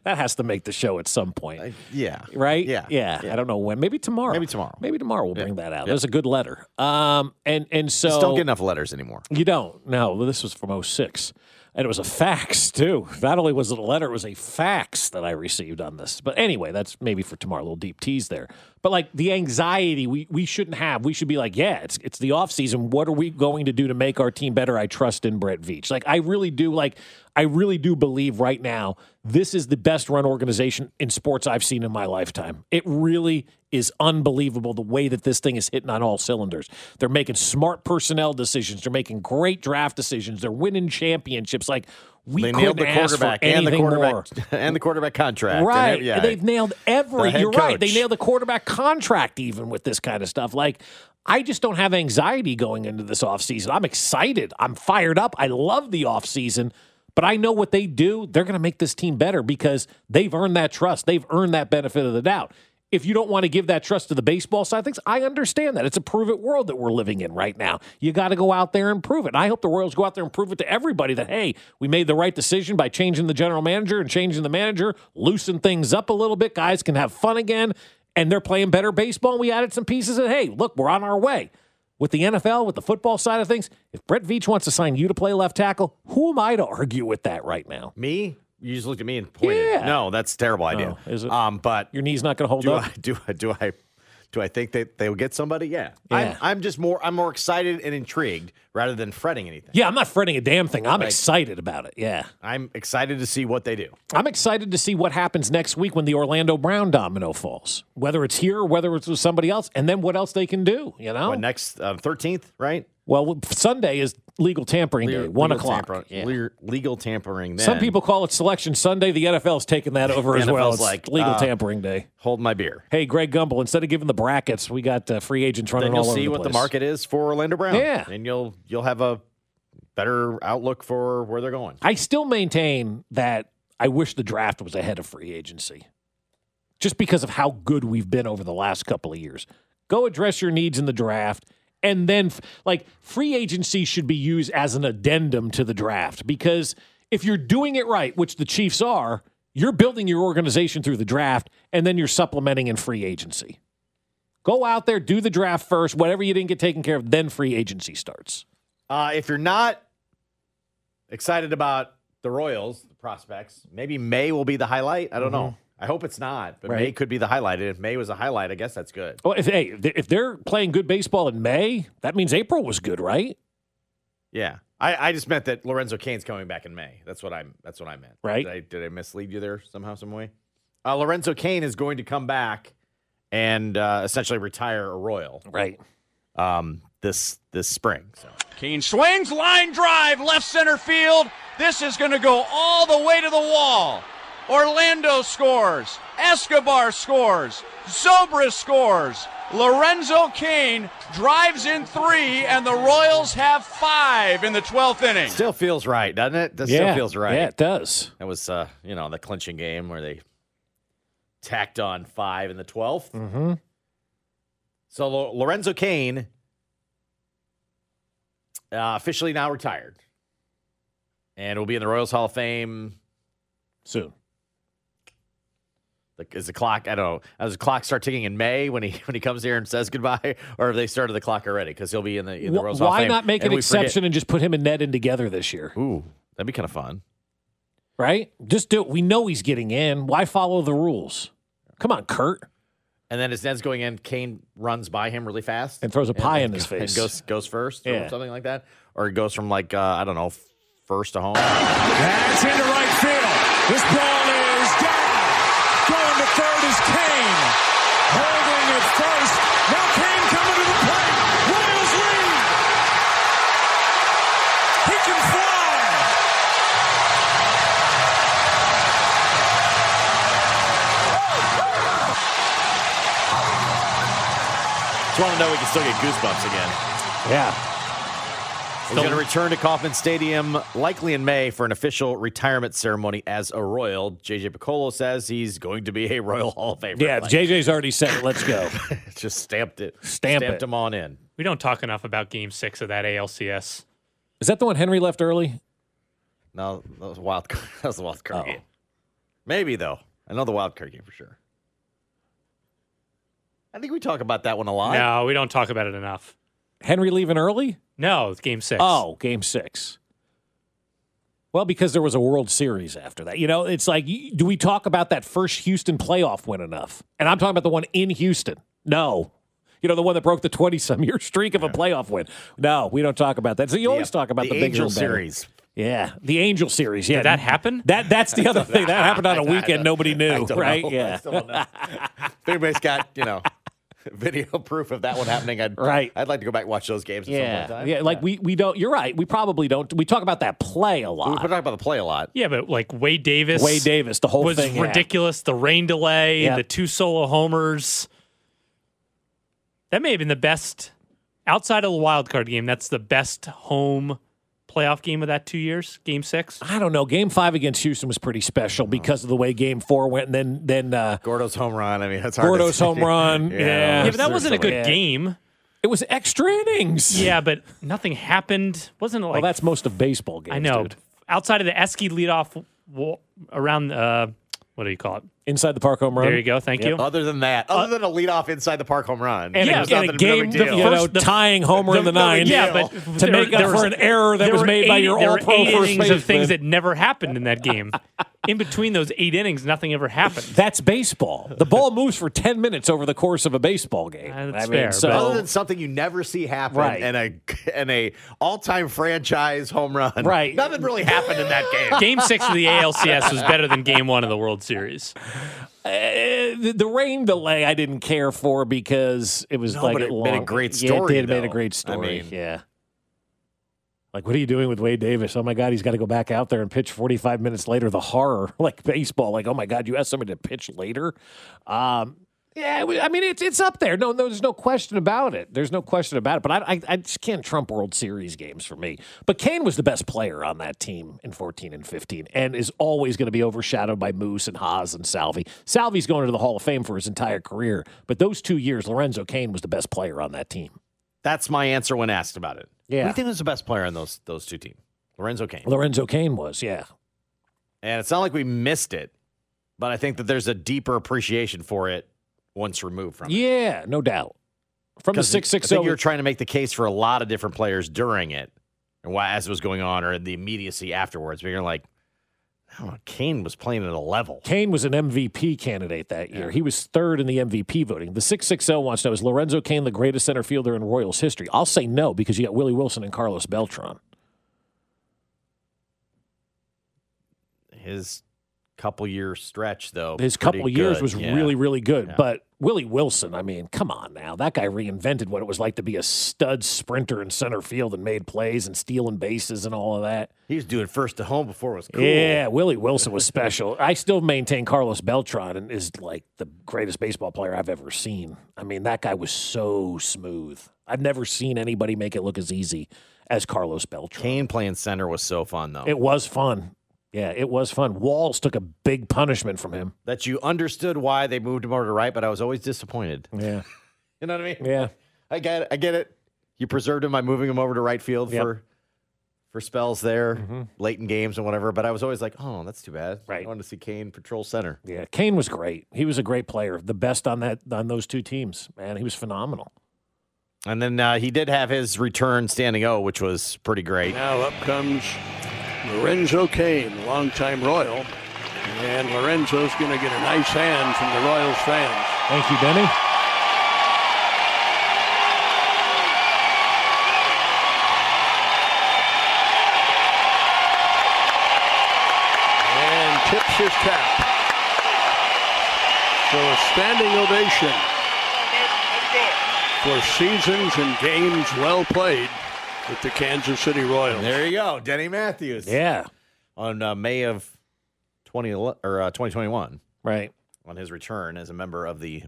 Speaker 2: That has to make the show at some point.
Speaker 1: I- yeah.
Speaker 2: right?
Speaker 1: Yeah.
Speaker 2: yeah. I don't know when. Maybe tomorrow.
Speaker 1: Maybe tomorrow.
Speaker 2: Maybe tomorrow we'll bring that out. That was a good letter. Um, and and so
Speaker 1: Just don't get enough letters anymore.
Speaker 2: you don't. No, this was from 06. and it was a fax too. Not only was it a letter, it was a fax that I received on this. But anyway, that's maybe for tomorrow. A little deep tease there. But like the anxiety we we shouldn't have. We should be like, yeah, it's it's the off season. What are we going to do to make our team better? I trust in Brett Veach. Like I really do. Like I really do believe right now this is the best run organization in sports I've seen in my lifetime. It really is unbelievable the way that this thing is hitting on all cylinders. They're making smart personnel decisions. They're making great draft decisions. They're winning championships. Like we
Speaker 1: They nailed the
Speaker 2: couldn't ask for
Speaker 1: quarterback and the
Speaker 2: anything
Speaker 1: quarterback
Speaker 2: more.
Speaker 1: and the quarterback contract. and
Speaker 2: Right.
Speaker 1: ev- yeah.
Speaker 2: They've nailed every.
Speaker 1: The head
Speaker 2: You're right. They
Speaker 1: coach.
Speaker 2: nailed the quarterback contract even with this kind of stuff. Like, I just don't have anxiety going into this offseason. I'm excited. I'm fired up. I love the offseason, but I know what they do. They're going to make this team better because they've earned that trust. They've earned that benefit of the doubt. If you don't want to give that trust to the baseball side of things, I understand that. It's a prove it world that we're living in right now. You got to go out there and prove it. And I hope the Royals go out there and prove it to everybody that, hey, we made the right decision by changing the general manager and changing the manager, loosen things up a little bit. Guys can have fun again. And they're playing better baseball. And we added some pieces and, hey, look, we're on our way. With the NFL, with the football side of things, if Brett Veach wants to sign you to play left tackle, who am I to argue with that right now?
Speaker 1: me? You just looked at me and pointed.
Speaker 2: Yeah. Oh,
Speaker 1: No, that's a terrible idea.
Speaker 2: is it?
Speaker 1: Um, but
Speaker 2: Your knee's not going to hold
Speaker 1: do
Speaker 2: up.
Speaker 1: I do I do I Do I think that they will get somebody? Yeah.
Speaker 2: Yeah.
Speaker 1: I'm, I'm just more I'm more excited and intrigued rather than fretting anything.
Speaker 2: Yeah, I'm not fretting a damn thing. I'm
Speaker 1: Right.
Speaker 2: excited about it. Yeah.
Speaker 1: I'm excited to see what they do.
Speaker 2: I'm excited to see what happens next week when the Orlando Brown domino falls, whether it's here or whether it's with somebody else, and then what else they can do, you know?
Speaker 1: What next uh, 13th, right?
Speaker 2: well, Sunday is legal tampering day,
Speaker 1: Legal-
Speaker 2: one
Speaker 1: legal
Speaker 2: o'clock.
Speaker 1: tamper-
Speaker 2: Yeah.
Speaker 1: legal- legal tampering. Then.
Speaker 2: Some people call it Selection Sunday. The NFL's taking that over as well.
Speaker 1: NFL's
Speaker 2: It's
Speaker 1: like,
Speaker 2: legal
Speaker 1: uh,
Speaker 2: tampering day.
Speaker 1: hold my beer.
Speaker 2: Hey, Greg Gumbel, instead of giving the brackets, we got uh, free agents running
Speaker 1: Then you'll
Speaker 2: all over
Speaker 1: see
Speaker 2: the
Speaker 1: what the
Speaker 2: place.
Speaker 1: market is for Orlando Brown.
Speaker 2: Yeah.
Speaker 1: and you'll you'll have a better outlook for where they're going.
Speaker 2: I still maintain that I wish the draft was ahead of free agency just because of how good we've been over the last couple of years. Go address your needs in the draft. And then, f- like, free agency should be used as an addendum to the draft because if you're doing it right, which the Chiefs are, you're building your organization through the draft and then you're supplementing in free agency. Go out there, do the draft first, whatever you didn't get taken care of, then free agency starts.
Speaker 1: Uh, if you're not excited about the Royals, the prospects, maybe May will be the highlight. I don't know. I hope it's not, but May
Speaker 2: Mm-hmm. Right.
Speaker 1: could be the highlight. And if May was a highlight, I guess that's good.
Speaker 2: Well, Oh, if hey, if they- if they're playing good baseball in May, that means April was good, right?
Speaker 1: Yeah. I, I just meant that Lorenzo Kane's coming back in May. That's what I'm. That's what I meant.
Speaker 2: Right.
Speaker 1: Did I, did I mislead you there somehow, some way? Uh, Lorenzo Kane is going to come back and uh, essentially retire a Royal
Speaker 2: Right.
Speaker 1: um, this this spring. So.
Speaker 7: Kane swings, line drive, left center field. This is going to go all the way to the wall. Orlando scores. Escobar scores. Zobra scores. Lorenzo Kane drives in three, and the Royals have five in the 12th inning.
Speaker 1: Still feels right, doesn't it? That still feels right.
Speaker 2: Yeah, it does.
Speaker 1: That was, uh, you know, the clinching game where they tacked on five in the 12th.
Speaker 2: Mm-hmm.
Speaker 1: So Lo- Lorenzo Kane uh, officially now retired and will be in the Royals Hall of Fame.
Speaker 2: Soon.
Speaker 1: Like, is the clock? I don't know. Does the clock start ticking in May when he when he comes here and says goodbye, or have they started the clock already? Because he'll be in the in the Royals Hall of
Speaker 2: Why
Speaker 1: Fame.
Speaker 2: not make
Speaker 1: and
Speaker 2: an
Speaker 1: we forget-
Speaker 2: exception and just put him and Ned in together this year?
Speaker 1: Ooh, that'd be kind of fun.
Speaker 2: Right? Just do it. We know he's getting in. Why follow the rules? Come on, Kurt.
Speaker 1: And then as Ned's going in, Kane runs by him really fast
Speaker 2: And throws a pie in his
Speaker 1: and
Speaker 2: face.
Speaker 1: goes goes first
Speaker 2: Yeah.
Speaker 1: or something like that, or it goes from like uh, I don't know f- first to home.
Speaker 8: That's into right field. This ball is gone. Going to third is Kane. Holding at first. Now Kane coming to the plate. Royals lead. He can fly.
Speaker 1: Just want to know we can still get goosebumps again.
Speaker 2: Yeah.
Speaker 1: He's going to return to Kauffman Stadium likely in May for an official retirement ceremony as a Royal. JJ Piccolo says he's going to be a Royal Hall of Famer.
Speaker 2: Yeah.
Speaker 1: Like,
Speaker 2: JJ's already said it. Let's go.
Speaker 1: just stamped it.
Speaker 2: Stamp
Speaker 1: stamped
Speaker 2: it.
Speaker 1: him on in.
Speaker 4: We don't talk enough about Game Six of that ALCS.
Speaker 2: Is that the one Henry left early?
Speaker 1: No, that was a wild. That was a wild card game. Maybe though, I know the wild card game for sure. I think we talk about that one a lot.
Speaker 4: No, we don't talk about it enough.
Speaker 2: Henry leaving early?
Speaker 4: No, it's Game Six.
Speaker 2: Oh, game six. Well, because there was a World Series after that. You know, it's like, y- do we talk about that first Houston playoff win enough? And I'm talking about the one in Houston. No. You know, the one that broke the 20 some year streak of a playoff win. No, we don't talk about that. So you always talk about the,
Speaker 1: the
Speaker 2: bigger
Speaker 1: Angel
Speaker 2: and better.
Speaker 1: series.
Speaker 2: Yeah. The Angel series. Yeah.
Speaker 4: Did that happen?
Speaker 2: That that's the other thing. That happened on a weekend nobody
Speaker 1: I
Speaker 2: knew.
Speaker 1: don't
Speaker 2: Right?
Speaker 1: know. I
Speaker 2: Yeah.
Speaker 1: still don't know. if anybody's got, you know, video proof of that one happening, I'd
Speaker 2: Right.
Speaker 1: I'd like to go back and watch those games at some point in
Speaker 2: Yeah.
Speaker 1: time.
Speaker 2: Yeah. Like we, we don't you're right. We probably don't we talk about that play a
Speaker 1: we
Speaker 2: lot.
Speaker 1: talk about the play a lot.
Speaker 4: Yeah, but like Wade Davis,
Speaker 2: Wade Davis, the whole
Speaker 4: was
Speaker 2: thing yeah.
Speaker 4: ridiculous. The rain delay,
Speaker 2: Yeah.
Speaker 4: the two solo homers. That may have been the best outside of the wild card game. That's the best home playoff game of that two years. Game Six.
Speaker 2: I don't know. Game five against Houston was pretty special
Speaker 4: Uh-huh.
Speaker 2: because of the way Game four went, and then then uh,
Speaker 1: Gordo's home run. I mean, that's hard.
Speaker 2: Gordo's
Speaker 1: to
Speaker 2: home run. Yeah,
Speaker 4: Yeah, but that wasn't a good
Speaker 2: Yeah.
Speaker 4: game.
Speaker 2: It was extra innings.
Speaker 4: Yeah, but nothing happened. Wasn't it like
Speaker 2: well, that's most of baseball games.
Speaker 4: I know.
Speaker 2: dude.
Speaker 4: Outside of the Esky leadoff wall, around uh, what do you call it?
Speaker 2: Inside the park home run.
Speaker 4: There you go. Thank you.
Speaker 1: Other than that, other than a leadoff inside the park home run,
Speaker 4: And
Speaker 1: there
Speaker 4: a-
Speaker 1: was
Speaker 4: and
Speaker 2: a
Speaker 1: nothing big of
Speaker 2: game-
Speaker 1: deal.
Speaker 2: the you know,
Speaker 4: first- the-
Speaker 2: tying homer in the ninth.
Speaker 4: Yeah, but
Speaker 2: to
Speaker 4: there-
Speaker 2: make
Speaker 4: there
Speaker 2: up for
Speaker 4: was-
Speaker 2: an error that
Speaker 4: there
Speaker 2: was
Speaker 4: were
Speaker 2: made by
Speaker 4: eight-
Speaker 2: your
Speaker 4: there
Speaker 2: all
Speaker 4: were
Speaker 2: pro
Speaker 4: eight
Speaker 2: first
Speaker 4: innings of
Speaker 2: baseman.
Speaker 4: things that never happened in that game. in between those eight innings, nothing ever happened.
Speaker 2: That's baseball. The ball moves for 10 minutes over the course of a baseball game.
Speaker 4: Uh, that's fair,
Speaker 2: so
Speaker 4: but-
Speaker 1: Other than something you never see happen
Speaker 2: Right.
Speaker 1: and a and a all time franchise home run.
Speaker 2: Right.
Speaker 1: Nothing really happened in that game.
Speaker 4: Game six of the ALCS was better than game one of the World Series.
Speaker 2: Uh, the, the rain delay I didn't care for because it was
Speaker 1: No,
Speaker 2: like
Speaker 1: but it
Speaker 2: long.
Speaker 1: made a great
Speaker 2: Yeah,
Speaker 1: story,
Speaker 2: it did made a
Speaker 1: though.
Speaker 2: great
Speaker 1: I
Speaker 2: story.
Speaker 1: mean-
Speaker 2: yeah. Like, what are you doing with Wade Davis? Oh my God, he's got to go back out there and pitch 45 minutes later. The horror, like baseball, like, oh my God, you asked somebody to pitch later. Um, yeah, we- I mean, it's it's up there. No, no, there's no question about it. There's no question about it. But I, I, I just can't trump World Series games for me. But Kane was the best player on that team in 14 and 15, and is always going to be overshadowed by Moose and Haas and Salvi. Salvi's going to the Hall of Fame for his entire career, but those two years, Lorenzo Kane was the best player on that team.
Speaker 1: That's my answer when asked about it. Who do
Speaker 2: Yeah.
Speaker 1: you think was the best player on those those two teams? Lorenzo Kane.
Speaker 2: Lorenzo Kane was, yeah.
Speaker 1: And it's not like we missed it, but I think that there's a deeper appreciation for it once removed from it.
Speaker 2: Yeah, no doubt. From the
Speaker 1: Because I think you
Speaker 2: 660.
Speaker 1: were trying to make the case for a lot of different players during it and why as it was going on or the immediacy afterwards. But you're like, oh, Kane was playing at a level.
Speaker 2: Kane was an MVP candidate that year. He was third in the MVP voting. The 660 wants to know is Lorenzo Kane the greatest center fielder in Royals history? I'll say no because you got Willie Wilson and Carlos Beltran.
Speaker 1: His couple year stretch though.
Speaker 2: His
Speaker 1: pretty
Speaker 2: couple years
Speaker 1: good.
Speaker 2: was
Speaker 1: Yeah.
Speaker 2: really, really good. But Willie Wilson, I mean, come on now. That guy reinvented what it was like to be a stud sprinter in center field and made plays and stealing bases and all of that.
Speaker 1: he was doing first to home before it was cool.
Speaker 2: Yeah, Willie Wilson was special. I still maintain Carlos Beltran and is like the greatest baseball player I've ever seen. I mean, that guy was so smooth. I've never seen anybody make it look as easy as Carlos Beltran.
Speaker 1: Kane playing center was so fun though.
Speaker 2: It was fun. Yeah, it was fun. Walls took a big punishment from him.
Speaker 1: that you understood why they moved him over to right, but I was always disappointed.
Speaker 2: Yeah.
Speaker 1: You know what I mean?
Speaker 2: Yeah.
Speaker 1: I get it. I get it. You preserved him by moving him over to right field
Speaker 2: Yep. Mm-hmm.
Speaker 1: for for spells there, late in games and whatever. But I was always like, oh, that's too bad.
Speaker 2: Right.
Speaker 1: I wanted to see Kane patrol center.
Speaker 2: Yeah. Kane was great. He was a great player. The best on that on those two teams, man. He was phenomenal.
Speaker 1: And then uh, he did have his return standing O, which was pretty great.
Speaker 9: Now up comes Lorenzo Kane, longtime Royal. And Lorenzo's going to get a nice hand from the Royals fans.
Speaker 2: Thank you, Benny.
Speaker 9: And tips his cap. So a standing ovation for seasons and games well played with the Kansas City Royals.
Speaker 1: There you go, Denny Matthews.
Speaker 2: Yeah.
Speaker 1: On uh, May of 20 or uh, 2021,
Speaker 2: Right.
Speaker 1: on his return as a member of the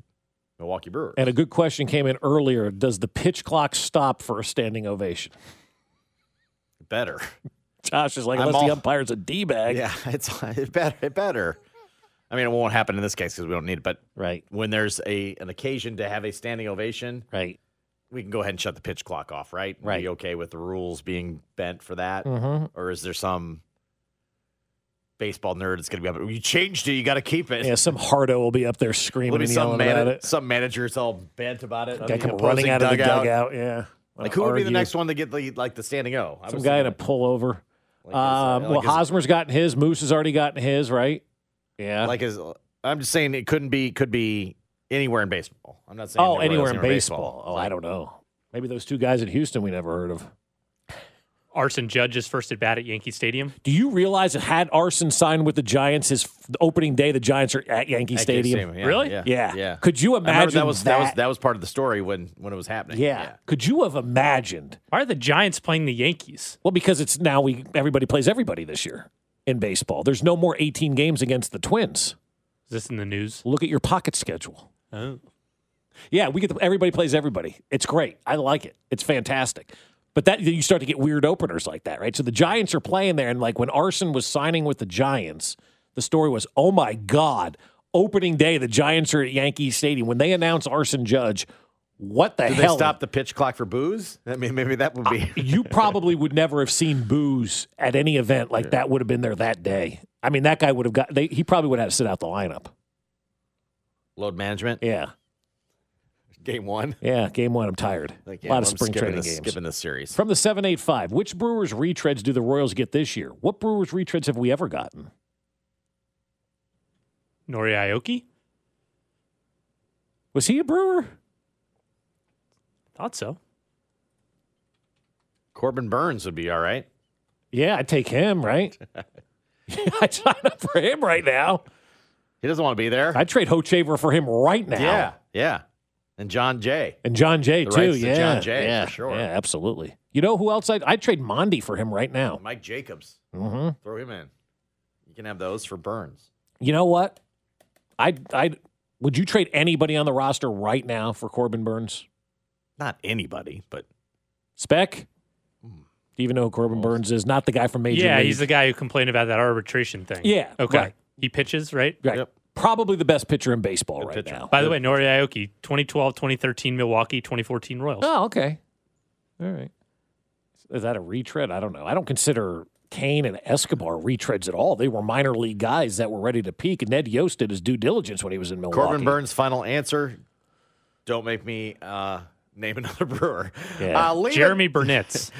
Speaker 1: Milwaukee Brewers.
Speaker 2: And a good question came in earlier. Does the pitch clock stop for a standing ovation?
Speaker 1: better.
Speaker 2: Josh is like,
Speaker 1: I'm
Speaker 2: unless
Speaker 1: all-
Speaker 2: the umpire's a D bag.
Speaker 1: Yeah, it's it better. It better. I mean, it won't happen in this case because we don't need it. But
Speaker 2: Right.
Speaker 1: when there's a an occasion to have a standing ovation,
Speaker 2: Right.
Speaker 1: we can go ahead and shut the pitch clock off, right? Are
Speaker 2: Right.
Speaker 1: you okay with the rules being bent for that,
Speaker 2: Mm-hmm.
Speaker 1: or is there some baseball nerd that's going to be up? You changed it. You got to keep it.
Speaker 2: Yeah, some hardo will be up there
Speaker 1: There'll
Speaker 2: screaming
Speaker 1: be
Speaker 2: and
Speaker 1: some
Speaker 2: yelling
Speaker 1: mana-
Speaker 2: about it.
Speaker 1: some manager's all bent about it.
Speaker 2: Guy
Speaker 1: on the
Speaker 2: come
Speaker 1: opposing
Speaker 2: running out of the dugout. Yeah.
Speaker 1: Like who would be the
Speaker 2: Argue.
Speaker 1: next one to get the like the standing O? I
Speaker 2: Some
Speaker 1: was
Speaker 2: guy in a
Speaker 1: thinking,
Speaker 2: pullover.
Speaker 1: like,
Speaker 2: Um,
Speaker 1: is- uh,
Speaker 2: well,
Speaker 1: like, is-
Speaker 2: Hosmer's gotten his. Moose has already gotten his, right? Yeah.
Speaker 1: like is I'm just saying it couldn't be could be anywhere in baseball. I'm not saying
Speaker 2: oh,
Speaker 1: nowhere
Speaker 2: anywhere
Speaker 1: else
Speaker 2: in baseball. Oh, I don't know. Maybe those two guys in Houston we never heard of.
Speaker 4: Arson Judge's first at bat at Yankee Stadium.
Speaker 2: Do you realize that had Arson signed with the Giants, his f- opening day, the Giants are at Yankee
Speaker 1: At Yankee
Speaker 2: Stadium.
Speaker 1: yeah,
Speaker 4: Really?
Speaker 1: Yeah.
Speaker 2: Yeah.
Speaker 1: Yeah.
Speaker 2: Could you
Speaker 1: I remember
Speaker 2: imagine
Speaker 1: that was that, was that was part of the story when when it was happening.
Speaker 2: yeah. Could you have imagined?
Speaker 4: Why are the Giants playing the Yankees?
Speaker 2: Well, because it's now we everybody plays everybody this year in baseball. There's no more 18 games against the Twins.
Speaker 4: Is this in the news?
Speaker 2: Look at your pocket schedule.
Speaker 4: Oh.
Speaker 2: Yeah, we get the, everybody plays everybody. It's great. I like it. It's fantastic. But that you start to get weird openers like that, right? So the Giants are playing there, and like when Arson was signing with the Giants, the story was, oh my god, opening day, the Giants are at Yankee Stadium. When they announce Arson Judge, what the
Speaker 1: Did
Speaker 2: hell?
Speaker 1: they stop the pitch clock for booze? I mean, maybe that would be.
Speaker 2: you probably would never have seen booze at any event like that would have been there that day. I mean, that guy would have got. They, he probably would have had to sit out the lineup.
Speaker 1: Load management.
Speaker 2: Yeah,
Speaker 1: Game one.
Speaker 2: yeah. Game one. I'm tired.
Speaker 1: Like,
Speaker 2: a
Speaker 1: yeah,
Speaker 2: lot of
Speaker 1: I'm
Speaker 2: spring
Speaker 1: skipping
Speaker 2: training
Speaker 1: this,
Speaker 2: games.
Speaker 1: Skipping this series.
Speaker 2: From the 785, which Brewers retreads do the Royals get this year? What Brewers retreads have we ever gotten?
Speaker 4: Nori Aoki?
Speaker 2: Was he a brewer?
Speaker 4: Thought so.
Speaker 1: Corbin Burns would be all right.
Speaker 2: Yeah, I'd take him, right? I'd sign up for him right now.
Speaker 1: He doesn't want to be there.
Speaker 2: I'd trade Hochaver for him right now.
Speaker 1: yeah, yeah. And John Jay.
Speaker 2: And John Jay,
Speaker 1: The
Speaker 2: too.
Speaker 1: rights to
Speaker 2: Yeah.
Speaker 1: John Jay, for
Speaker 2: yeah.
Speaker 1: sure.
Speaker 2: Yeah, absolutely. You know who else I'd, I'd trade Mondi for him right now?
Speaker 1: Mike Jacobs.
Speaker 2: Mhm.
Speaker 1: Throw him in. You can have those for Burns.
Speaker 2: You know what? I'd, I'd, would you trade anybody on the roster right now for Corbin Burns?
Speaker 1: Not anybody, but
Speaker 2: Spec? Do
Speaker 1: Hmm.
Speaker 2: you even know who Corbin Burns is? Not the guy from Major
Speaker 4: yeah,
Speaker 2: League.
Speaker 4: he's the guy who complained about that arbitration thing.
Speaker 2: Yeah,
Speaker 4: Okay.
Speaker 2: right.
Speaker 4: He pitches, right?
Speaker 2: Right.
Speaker 1: Yep.
Speaker 2: Probably the best pitcher in baseball right
Speaker 1: pitcher.
Speaker 2: now.
Speaker 4: By the way, Nori Aoki, 2012, 2013 Milwaukee, 2014 Royals.
Speaker 2: Oh, okay. All right. Is that a retread? I don't know. I don't consider Kane and Escobar retreads at all. They were minor league guys that were ready to peak. Ned Yost did his due diligence when he was in Milwaukee.
Speaker 1: Corbin Burns' final answer. Don't make me uh, name another brewer.
Speaker 2: Yeah.
Speaker 1: Uh, leave
Speaker 4: Jeremy
Speaker 1: It,
Speaker 4: Burnitz.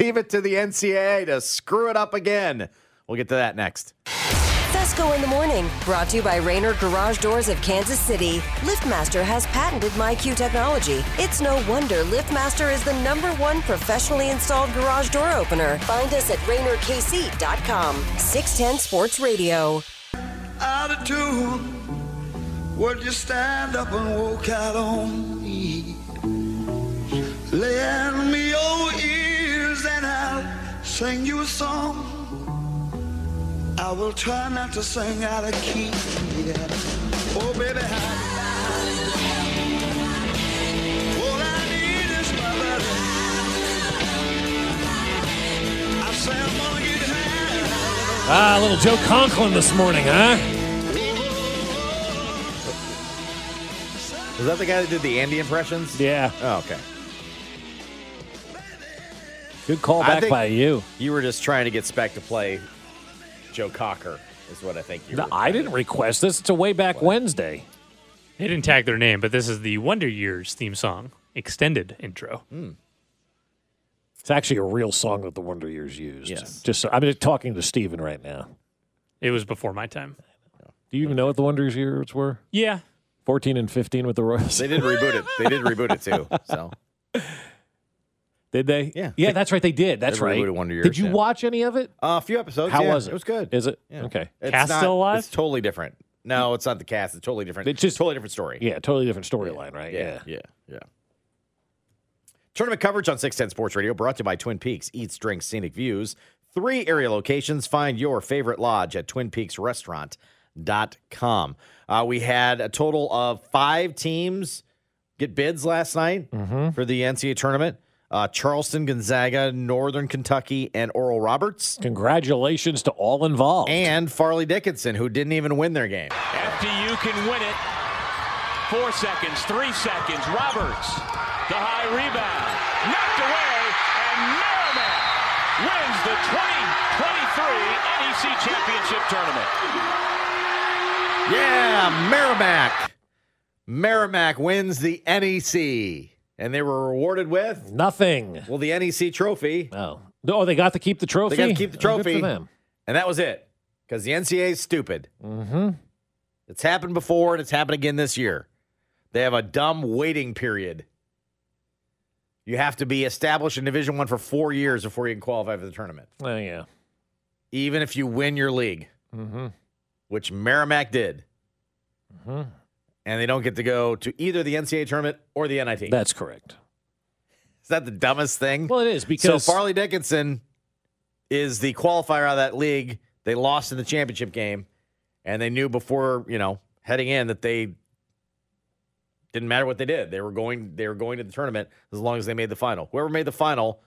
Speaker 1: leave it to the NCAA to screw it up again. We'll get to that next.
Speaker 5: Fesco in the morning, brought to you by Rainer Garage Doors of Kansas City. LiftMaster has patented MyQ technology. It's no wonder LiftMaster is the number one professionally installed garage door opener. Find us at RainerKC.com. 610 Sports Radio.
Speaker 10: out of tune. Would you stand up and walk out on me? Lend me your ears and I'll sing you a song. I will try not to sing out of key. yeah. Oh, baby, how all I need is my love. I say I'm gonna get high.
Speaker 2: Ah, little Joe Conklin this morning, huh?
Speaker 1: Is that the guy that did the Andy impressions?
Speaker 2: Yeah.
Speaker 1: Oh, okay.
Speaker 2: Good callback
Speaker 1: think-
Speaker 2: by you.
Speaker 1: You were just trying to get Spec to play Joe Cocker, is what I think you.
Speaker 2: No,
Speaker 1: were-
Speaker 2: I didn't request this. It's a way back Wednesday.
Speaker 4: They didn't tag their name, but this is the Wonder Years theme song, extended intro.
Speaker 2: It's actually a real song that the Wonder Years used.
Speaker 1: Yes.
Speaker 2: Just I'm just talking to Steven right now.
Speaker 4: It was before my time.
Speaker 2: Do you even know what the Wonder Years were?
Speaker 4: Yeah.
Speaker 2: 14 and 15 with the Royals.
Speaker 1: They did reboot it. They did reboot it too. So
Speaker 2: Did they?
Speaker 1: Yeah.
Speaker 2: Yeah, that's right. They did. That's
Speaker 1: They rebooted
Speaker 2: right.
Speaker 1: Wonder Years,
Speaker 2: did you
Speaker 1: yeah.
Speaker 2: watch any of it?
Speaker 1: uh, a few episodes.
Speaker 2: How
Speaker 1: yeah,
Speaker 2: was it?
Speaker 1: It was good.
Speaker 2: Is it?
Speaker 1: Yeah.
Speaker 2: Okay.
Speaker 1: It's
Speaker 4: Cast still alive?
Speaker 1: It's totally different. No, it's not the cast. It's totally different.
Speaker 2: It's just-
Speaker 1: totally different story.
Speaker 2: Yeah, totally different storyline, right?
Speaker 1: yeah, yeah. yeah. Tournament coverage on 610 Sports Radio brought to you by Twin Peaks Eats, Drinks, Scenic Views. Three area locations. Find your favorite lodge at twinpeaksrestaurant.com. Uh, we had a total of five teams get bids last night for the NCAA tournament uh, Charleston, Gonzaga, Northern Kentucky, and Oral Roberts,
Speaker 2: Congratulations to all involved.
Speaker 1: and Farley Dickinson, who didn't even win their game.
Speaker 7: FDU can win it. Four seconds, three seconds. Roberts, the high rebound, knocked away, and Merriman wins the 2023 NEC E Championship Tournament.
Speaker 1: Yeah, Merrimack. Merrimack wins the NEC, and they were rewarded with
Speaker 2: Nothing.
Speaker 1: well the NEC trophy,
Speaker 2: Oh. Oh, they got to keep the trophy.
Speaker 1: gotta keep the
Speaker 2: Oh, good for
Speaker 1: trophy.
Speaker 2: them.
Speaker 1: and that was it because the NCAA is stupid. Mm-hmm. It's happened before, and it's happened again this year. They have a dumb waiting period. You have to be established in Division One for four years before you can qualify for the tournament,
Speaker 2: Oh yeah.
Speaker 1: even if you win your league,
Speaker 2: Mm-hmm.
Speaker 1: which Merrimack did.
Speaker 2: Mhm.
Speaker 1: And they don't get to go to either the NCAA tournament or the NIT.
Speaker 2: That's correct.
Speaker 1: Is that the dumbest thing?
Speaker 2: Well, it is because
Speaker 1: so Farley Dickinson is the qualifier out of that league. They lost in the championship game, and they knew before you know heading in that they didn't matter what they did. They were going. They were going to the tournament as long as they made the final. Whoever made the final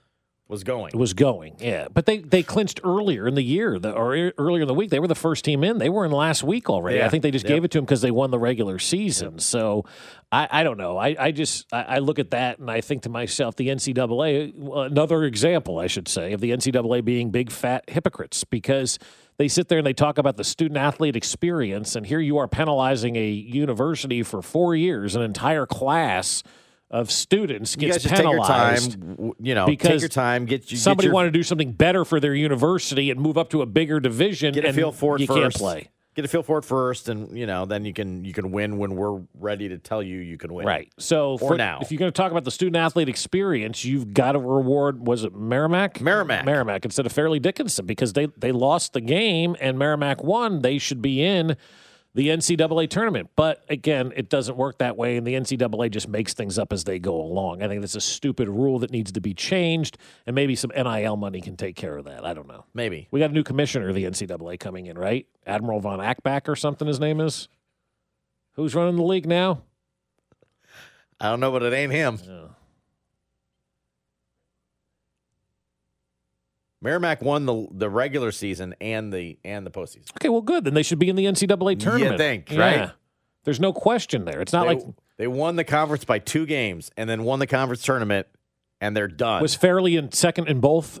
Speaker 1: was going.
Speaker 2: it was going. Yeah, but they they clinched earlier in the year, the, or e- earlier in the week. They were the first team in. They were in last week already. I
Speaker 1: Yeah.
Speaker 2: think they just
Speaker 1: Yep.
Speaker 2: gave it to them because they won the regular season. So I, I don't know. I I just I, I look at that and I think to myself, the NCAA, another example, I should say, of the NCAA being big fat hypocrites because. They sit there and they talk about the student athlete experience, and here you are penalizing a university for four years, an entire class of students
Speaker 1: you
Speaker 2: gets
Speaker 1: guys just take your time.
Speaker 2: penalized
Speaker 1: w- You know,
Speaker 2: because
Speaker 1: take your time. Get you.
Speaker 2: somebody
Speaker 1: get your,
Speaker 2: wanted to do something better for their university and move up to a bigger division
Speaker 1: Get a
Speaker 2: and
Speaker 1: feel for it
Speaker 2: you can can't
Speaker 1: first.
Speaker 2: play
Speaker 1: Get a feel for it first, and you know, then you can you can win when we're ready to tell you you can win.
Speaker 2: Right. So
Speaker 1: Or
Speaker 2: for,
Speaker 1: now.
Speaker 2: if you're going to talk about the student athlete experience, you've got to reward was it Merrimack?
Speaker 1: Merrimack.
Speaker 2: Merrimack instead of Fairleigh Dickinson because they they lost the game and Merrimack won. They should be in the NCAA tournament, but again, it doesn't work that way, and the NCAA just makes things up as they go along. I think that's a stupid rule that needs to be changed, and maybe some NIL money can take care of that. I don't know.
Speaker 1: Maybe.
Speaker 2: We got a new commissioner of the NCAA coming in, right? Admiral von Ackback or something. His name is. Who's running the league now?
Speaker 1: I don't know, but it ain't him. Merrimack won the the regular season and the and the postseason.
Speaker 2: Okay, well, good. Then they should be in the NCAA tournament.
Speaker 1: think, right?
Speaker 2: There's no question there. It's not
Speaker 1: they,
Speaker 2: like
Speaker 1: they won the conference by two games and then won the conference tournament and they're done.
Speaker 2: was Fairley in second in both,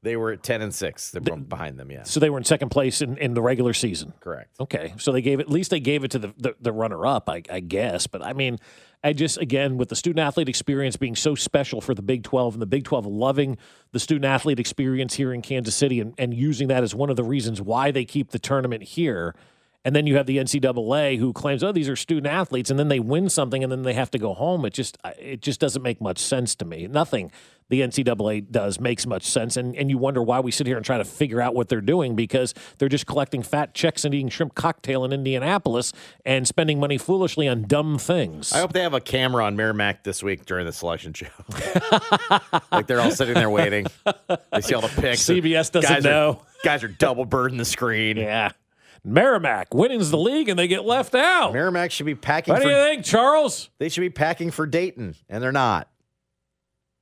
Speaker 1: they were at ten and six. They're behind them, yeah.
Speaker 2: so they were in second place in, in the regular season.
Speaker 1: Correct.
Speaker 2: Okay, so they gave at least they gave it to the the, the runner up, I, I guess. But I mean, I just again with the student athlete experience being so special for the Big Twelve and the Big Twelve loving the student athlete experience here in Kansas City and, and using that as one of the reasons why they keep the tournament here. And then you have the NCAA who claims, "Oh, these are student athletes," and then they win something, and then they have to go home. It just I- it just doesn't make much sense to me. Nothing the NCAA does makes much sense, and and you wonder why we sit here and try to figure out what they're doing because they're just collecting fat checks and eating shrimp cocktail in Indianapolis and spending money foolishly on dumb things.
Speaker 1: I hope they have a camera on Merrimack this week during the selection show. like they're all sitting there waiting. They see all the pics.
Speaker 2: CBS doesn't
Speaker 1: guys Are,
Speaker 2: know.
Speaker 1: guys are double birding the screen.
Speaker 2: yeah, Merrimack wins the league, and they get left out.
Speaker 1: Merrimack should be packing.
Speaker 2: what do
Speaker 1: for,
Speaker 2: you think, Charles?
Speaker 1: They should be packing for Dayton, and they're not.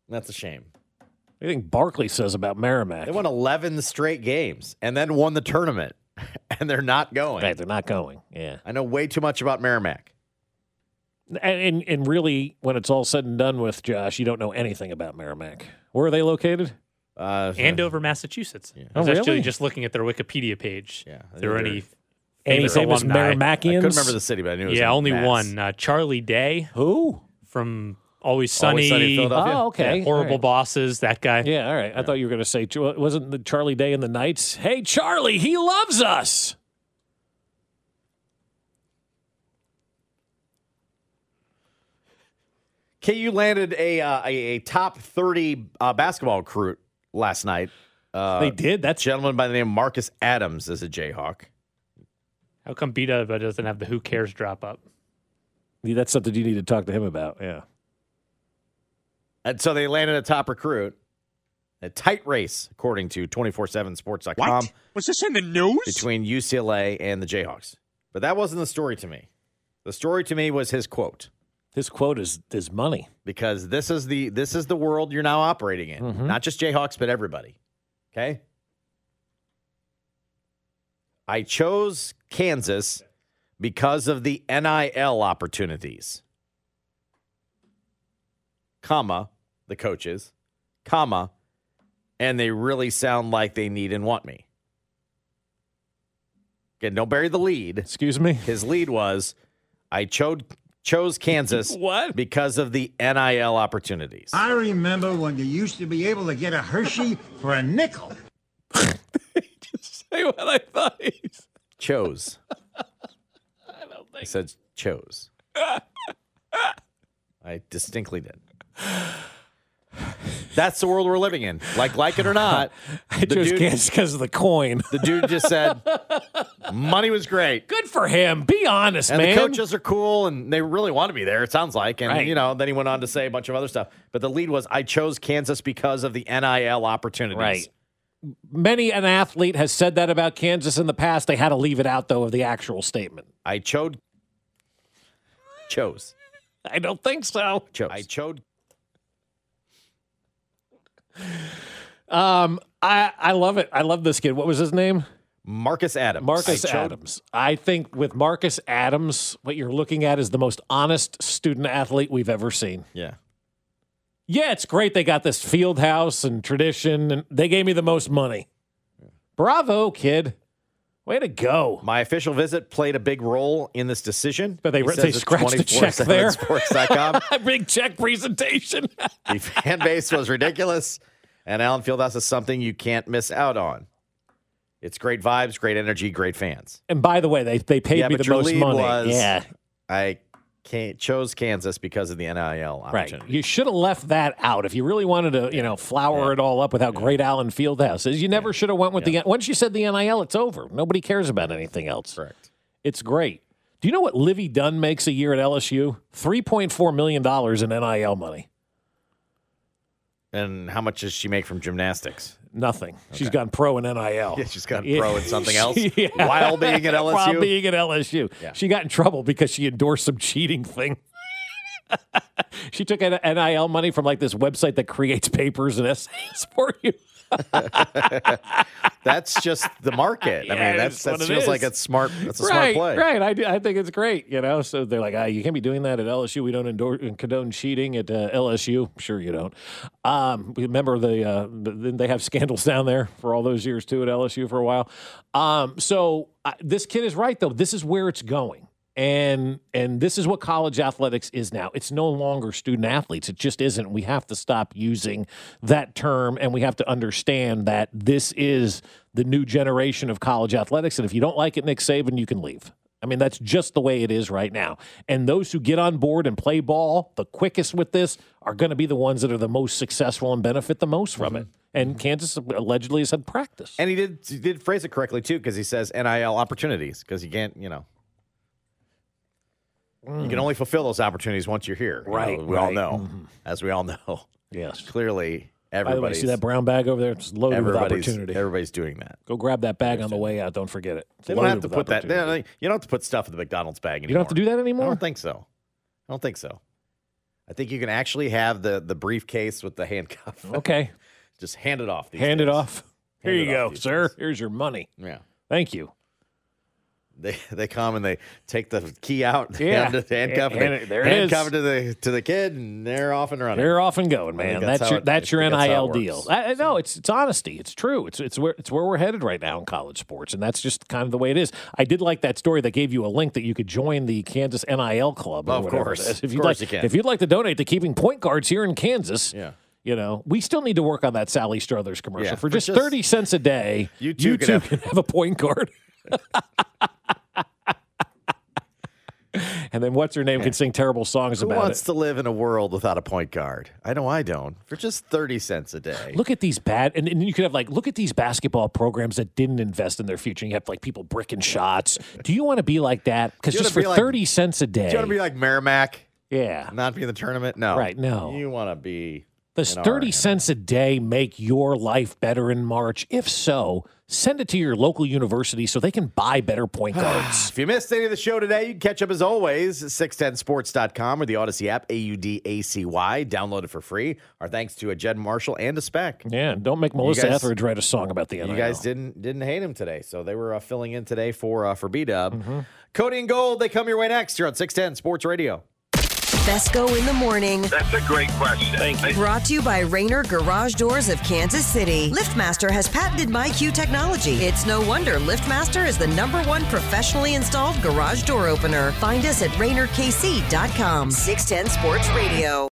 Speaker 1: That's a shame.
Speaker 2: What do you think Barkley says about Merrimack?
Speaker 1: They won 11 straight games and then won the tournament, and they're not going.
Speaker 2: Right, they're not going. Yeah.
Speaker 1: I know way too much about Merrimack.
Speaker 2: And, and and really, when it's all said and done with Josh, you don't know anything about Merrimack. Where are they located?
Speaker 1: Uh,
Speaker 4: Andover, Massachusetts. I
Speaker 2: Oh,
Speaker 4: was actually
Speaker 2: really?
Speaker 4: just looking at their Wikipedia page.
Speaker 1: Yeah, I
Speaker 4: There were
Speaker 1: think
Speaker 4: any?
Speaker 2: Any
Speaker 4: Famous
Speaker 2: famous
Speaker 4: alumni.
Speaker 1: I
Speaker 2: Merrimackians?
Speaker 1: couldn't remember the city, but I knew it was
Speaker 4: Yeah,
Speaker 1: in
Speaker 4: only
Speaker 1: Mass.
Speaker 4: one. Uh, Charlie Day
Speaker 2: Who?
Speaker 4: from Always Sunny.
Speaker 1: Always Sunny in Philadelphia.
Speaker 2: Oh, okay.
Speaker 4: Yeah, horrible
Speaker 2: All right.
Speaker 4: bosses. That guy.
Speaker 2: Yeah, all right. I thought you were going to say Ch- wasn't the Charlie Day and the Knights? Hey, Charlie, he loves us.
Speaker 1: KU landed a uh, a, a top 30 uh, basketball recruit last night. Uh,
Speaker 2: they did.
Speaker 1: a
Speaker 2: That's
Speaker 1: gentleman by the name of Marcus Adams is a Jayhawk.
Speaker 4: How come Beta doesn't have the Who Cares drop up?
Speaker 2: that's something you need to talk to him about. Yeah.
Speaker 1: And so they landed a top recruit. A tight race, according to 247sports.com. What?
Speaker 8: Was this in the news?
Speaker 1: between UCLA and the Jayhawks. But that wasn't the story to me. The story to me was his quote
Speaker 2: His quote is is money.
Speaker 1: because this is the this is the world you're now operating in. Not just Jayhawks, but everybody. Okay? I chose Kansas because of the NIL opportunities. Comma, the coaches, comma, and they really sound like they need and want me. Again, don't bury the lead.
Speaker 2: Excuse me.
Speaker 1: His lead was I chose chose Kansas
Speaker 2: What?
Speaker 1: because of the NIL opportunities.
Speaker 11: I remember when you used to be able to get a Hershey for a nickel.
Speaker 2: Say what I thought. he said.
Speaker 1: chose. I don't think. I said chose. I distinctly did. That's the world we're living in. Like, like it or not,
Speaker 2: I
Speaker 1: the
Speaker 2: chose
Speaker 1: dude-
Speaker 2: Kansas because of the coin.
Speaker 1: the dude just said money was great.
Speaker 2: Good for him. Be honest,
Speaker 1: And
Speaker 2: man.
Speaker 1: the coaches are cool and they really want to be there, it sounds like. And,
Speaker 2: Right.
Speaker 1: you know, then he went on to say a bunch of other stuff. But the lead was I chose Kansas because of the NIL opportunities.
Speaker 2: Right. Many an athlete has said that about Kansas in the past. They had to leave it out though of the actual statement.
Speaker 1: I chose. Chose.
Speaker 2: I don't think so.
Speaker 1: Chose. I chose.
Speaker 2: Um, I I love it. I love this kid. What was his name?
Speaker 1: Marcus Adams.
Speaker 2: Marcus
Speaker 1: I chose-
Speaker 2: Adams. I think with Marcus Adams, what you're looking at is the most honest student athlete we've ever seen.
Speaker 1: Yeah.
Speaker 2: Yeah, it's great they got this field house and tradition, and they gave me the most money. Bravo, kid. Way to go.
Speaker 1: My official visit played a big role in this decision.
Speaker 2: But they-
Speaker 1: He
Speaker 2: they
Speaker 1: says at
Speaker 2: scratched the check there.
Speaker 1: 247sports.com.
Speaker 2: Big check presentation.
Speaker 1: the fan base was ridiculous, and Allen Fieldhouse is something you can't miss out on. It's great vibes, great energy, great fans.
Speaker 2: And by the way, they they paid
Speaker 1: yeah,
Speaker 2: me
Speaker 1: but
Speaker 2: the
Speaker 1: your
Speaker 2: most
Speaker 1: lead
Speaker 2: money.
Speaker 1: was
Speaker 2: yeah,
Speaker 1: I can't, chose Kansas because of the NIL opportunity.
Speaker 2: right. You should have left that out if you really wanted to, you know, flower it all up with how great Allen Fieldhouse is. You never should have went with the once you said the NIL, it's over. Nobody cares about anything else.
Speaker 1: Correct.
Speaker 2: It's great. Do you know what Livy Dunn makes a year at LSU? Three point four million dollars in NIL money.
Speaker 1: And how much does she make from gymnastics?
Speaker 2: Nothing. She's gone pro in NIL.
Speaker 1: Yeah, she's gone
Speaker 2: Yeah.
Speaker 1: pro in something else
Speaker 2: Yeah.
Speaker 1: while being at LSU.
Speaker 2: While being at LSU.
Speaker 1: Yeah.
Speaker 2: She got in trouble because she endorsed some cheating thing. she took an NIL money from like this website that creates papers and essays for you.
Speaker 1: that's just the market. I
Speaker 2: Yeah,
Speaker 1: mean, that's
Speaker 2: it's
Speaker 1: that
Speaker 2: what it
Speaker 1: feels like
Speaker 2: is.
Speaker 1: it's smart. That's a
Speaker 2: right,
Speaker 1: smart play.
Speaker 2: right. I, do- I think it's great, you know. So they're like, ah, you can't be doing that at LSU. We don't endorse condone cheating at uh, LSU. Sure, you don't. Um, remember the uh, then they have scandals down there for all those years too at LSU for a while. Um, so I this kid is right though. This is where it's going. And and this is what college athletics is now. It's no longer student athletes. It just isn't. We have to stop using that term and we have to understand that this is the new generation of college athletics. And if you don't like it, Nick Saban, you can leave. I mean, that's just the way it is right now. And those who get on board and play ball the quickest with this are going to be the ones that are the most successful and benefit the most from it.
Speaker 1: Mm-hmm.
Speaker 2: And Kansas allegedly has had practice.
Speaker 1: And he did he did phrase it correctly too because he says NIL opportunities because you can't you know you can only fulfill those opportunities once you're here. You know,
Speaker 2: Mm. Right,
Speaker 1: we all
Speaker 2: right.
Speaker 1: know, as we all know,
Speaker 2: Yes.
Speaker 1: clearly
Speaker 2: By the way,
Speaker 1: everybody's
Speaker 2: see that brown bag over there? It's loaded with
Speaker 1: everybody's
Speaker 2: opportunity.
Speaker 1: everybody's doing that.
Speaker 2: Go grab that bag on the way out. Don't forget it. It's
Speaker 1: They don't
Speaker 2: loaded
Speaker 1: have to
Speaker 2: with
Speaker 1: put that. they
Speaker 2: opportunity.
Speaker 1: don't- you don't have to put stuff in the McDonald's bag anymore.
Speaker 2: You don't have to do that
Speaker 1: I
Speaker 2: anymore?
Speaker 1: don't think so. I don't think so. I think you can actually have the the briefcase with the handcuff.
Speaker 2: Okay.
Speaker 1: Just hand it off. These
Speaker 2: Hand it
Speaker 1: days.
Speaker 2: off. Here
Speaker 1: Hand
Speaker 2: you
Speaker 1: it off
Speaker 2: go,
Speaker 1: these
Speaker 2: sir. Here's your money.
Speaker 1: Yeah.
Speaker 2: Thank you.
Speaker 1: They they come and they take the key out,
Speaker 2: Yeah.
Speaker 1: hand it, handcuff,
Speaker 2: And-
Speaker 1: and
Speaker 2: and
Speaker 1: they
Speaker 2: it- there it
Speaker 1: handcuff
Speaker 2: is.
Speaker 1: it to the to the kid, and they're off and running.
Speaker 2: They're off and going, man.
Speaker 1: that's
Speaker 2: That's,
Speaker 1: how
Speaker 2: your
Speaker 1: it-
Speaker 2: that's
Speaker 1: I
Speaker 2: your
Speaker 1: think that's how
Speaker 2: NIL
Speaker 1: it
Speaker 2: deal.
Speaker 1: works.
Speaker 2: I, I- no, it's it's honesty. It's true. It's it's where it's where we're headed right now in college sports, and that's just kind of the way it is. I did like that story that gave you a link that you could join the Kansas NIL club. Or
Speaker 1: Of
Speaker 2: whatever it
Speaker 1: course.
Speaker 2: is.
Speaker 1: Of
Speaker 2: if you'd
Speaker 1: course
Speaker 2: like,
Speaker 1: you can.
Speaker 2: if you'd like to donate to keeping point guards here in Kansas,
Speaker 1: Yeah.
Speaker 2: You know, we still need to work on that Sally Struthers commercial
Speaker 1: Yeah, for
Speaker 2: for just,
Speaker 1: just-
Speaker 2: thirty cents a day.
Speaker 1: You too
Speaker 2: you
Speaker 1: could
Speaker 2: too
Speaker 1: have-
Speaker 2: can have a point guard. and then what's her name can sing terrible songs
Speaker 1: Who
Speaker 2: about
Speaker 1: wants
Speaker 2: it.
Speaker 1: to live in a world without a point guard? I know I don't. For just thirty cents a day.
Speaker 2: Look at these bad, and, and you could have like, look at these basketball programs that didn't invest in their future. And you have like people bricking shots. Do you want to be like that? Because
Speaker 1: You wanna
Speaker 2: just for
Speaker 1: be like-
Speaker 2: thirty cents a day,
Speaker 1: Do you want to be like Merrimack,
Speaker 2: yeah,
Speaker 1: not be in the tournament? No,
Speaker 2: Right, no.
Speaker 1: You want to be
Speaker 2: does
Speaker 1: in our
Speaker 2: thirty
Speaker 1: hand.
Speaker 2: cents a day make your life better in March? If so, send it to your local university so they can buy better point guards.
Speaker 1: If you missed any of the show today, you can catch up as always at 610sports.com or the Odyssey app, A U D A C Y. Download it for free. Our thanks to a Jed Marshall and a Spec.
Speaker 2: yeah, and don't make Melissa
Speaker 1: guys-
Speaker 2: Etheridge write a song about the NIL.
Speaker 1: You guys didn't didn't hate him today, so they were uh, filling in today for uh, for B Dub. Cody and Gold, they come your way next here on 610 Sports Radio.
Speaker 5: Fesco in the morning.
Speaker 12: That's a great question. Thank you.
Speaker 5: Brought to you by Rainer Garage Doors of Kansas City. LiftMaster has patented MyQ technology. It's no wonder LiftMaster is the number one professionally installed garage door opener. Find us at RainerKC.com. 610 Sports Radio.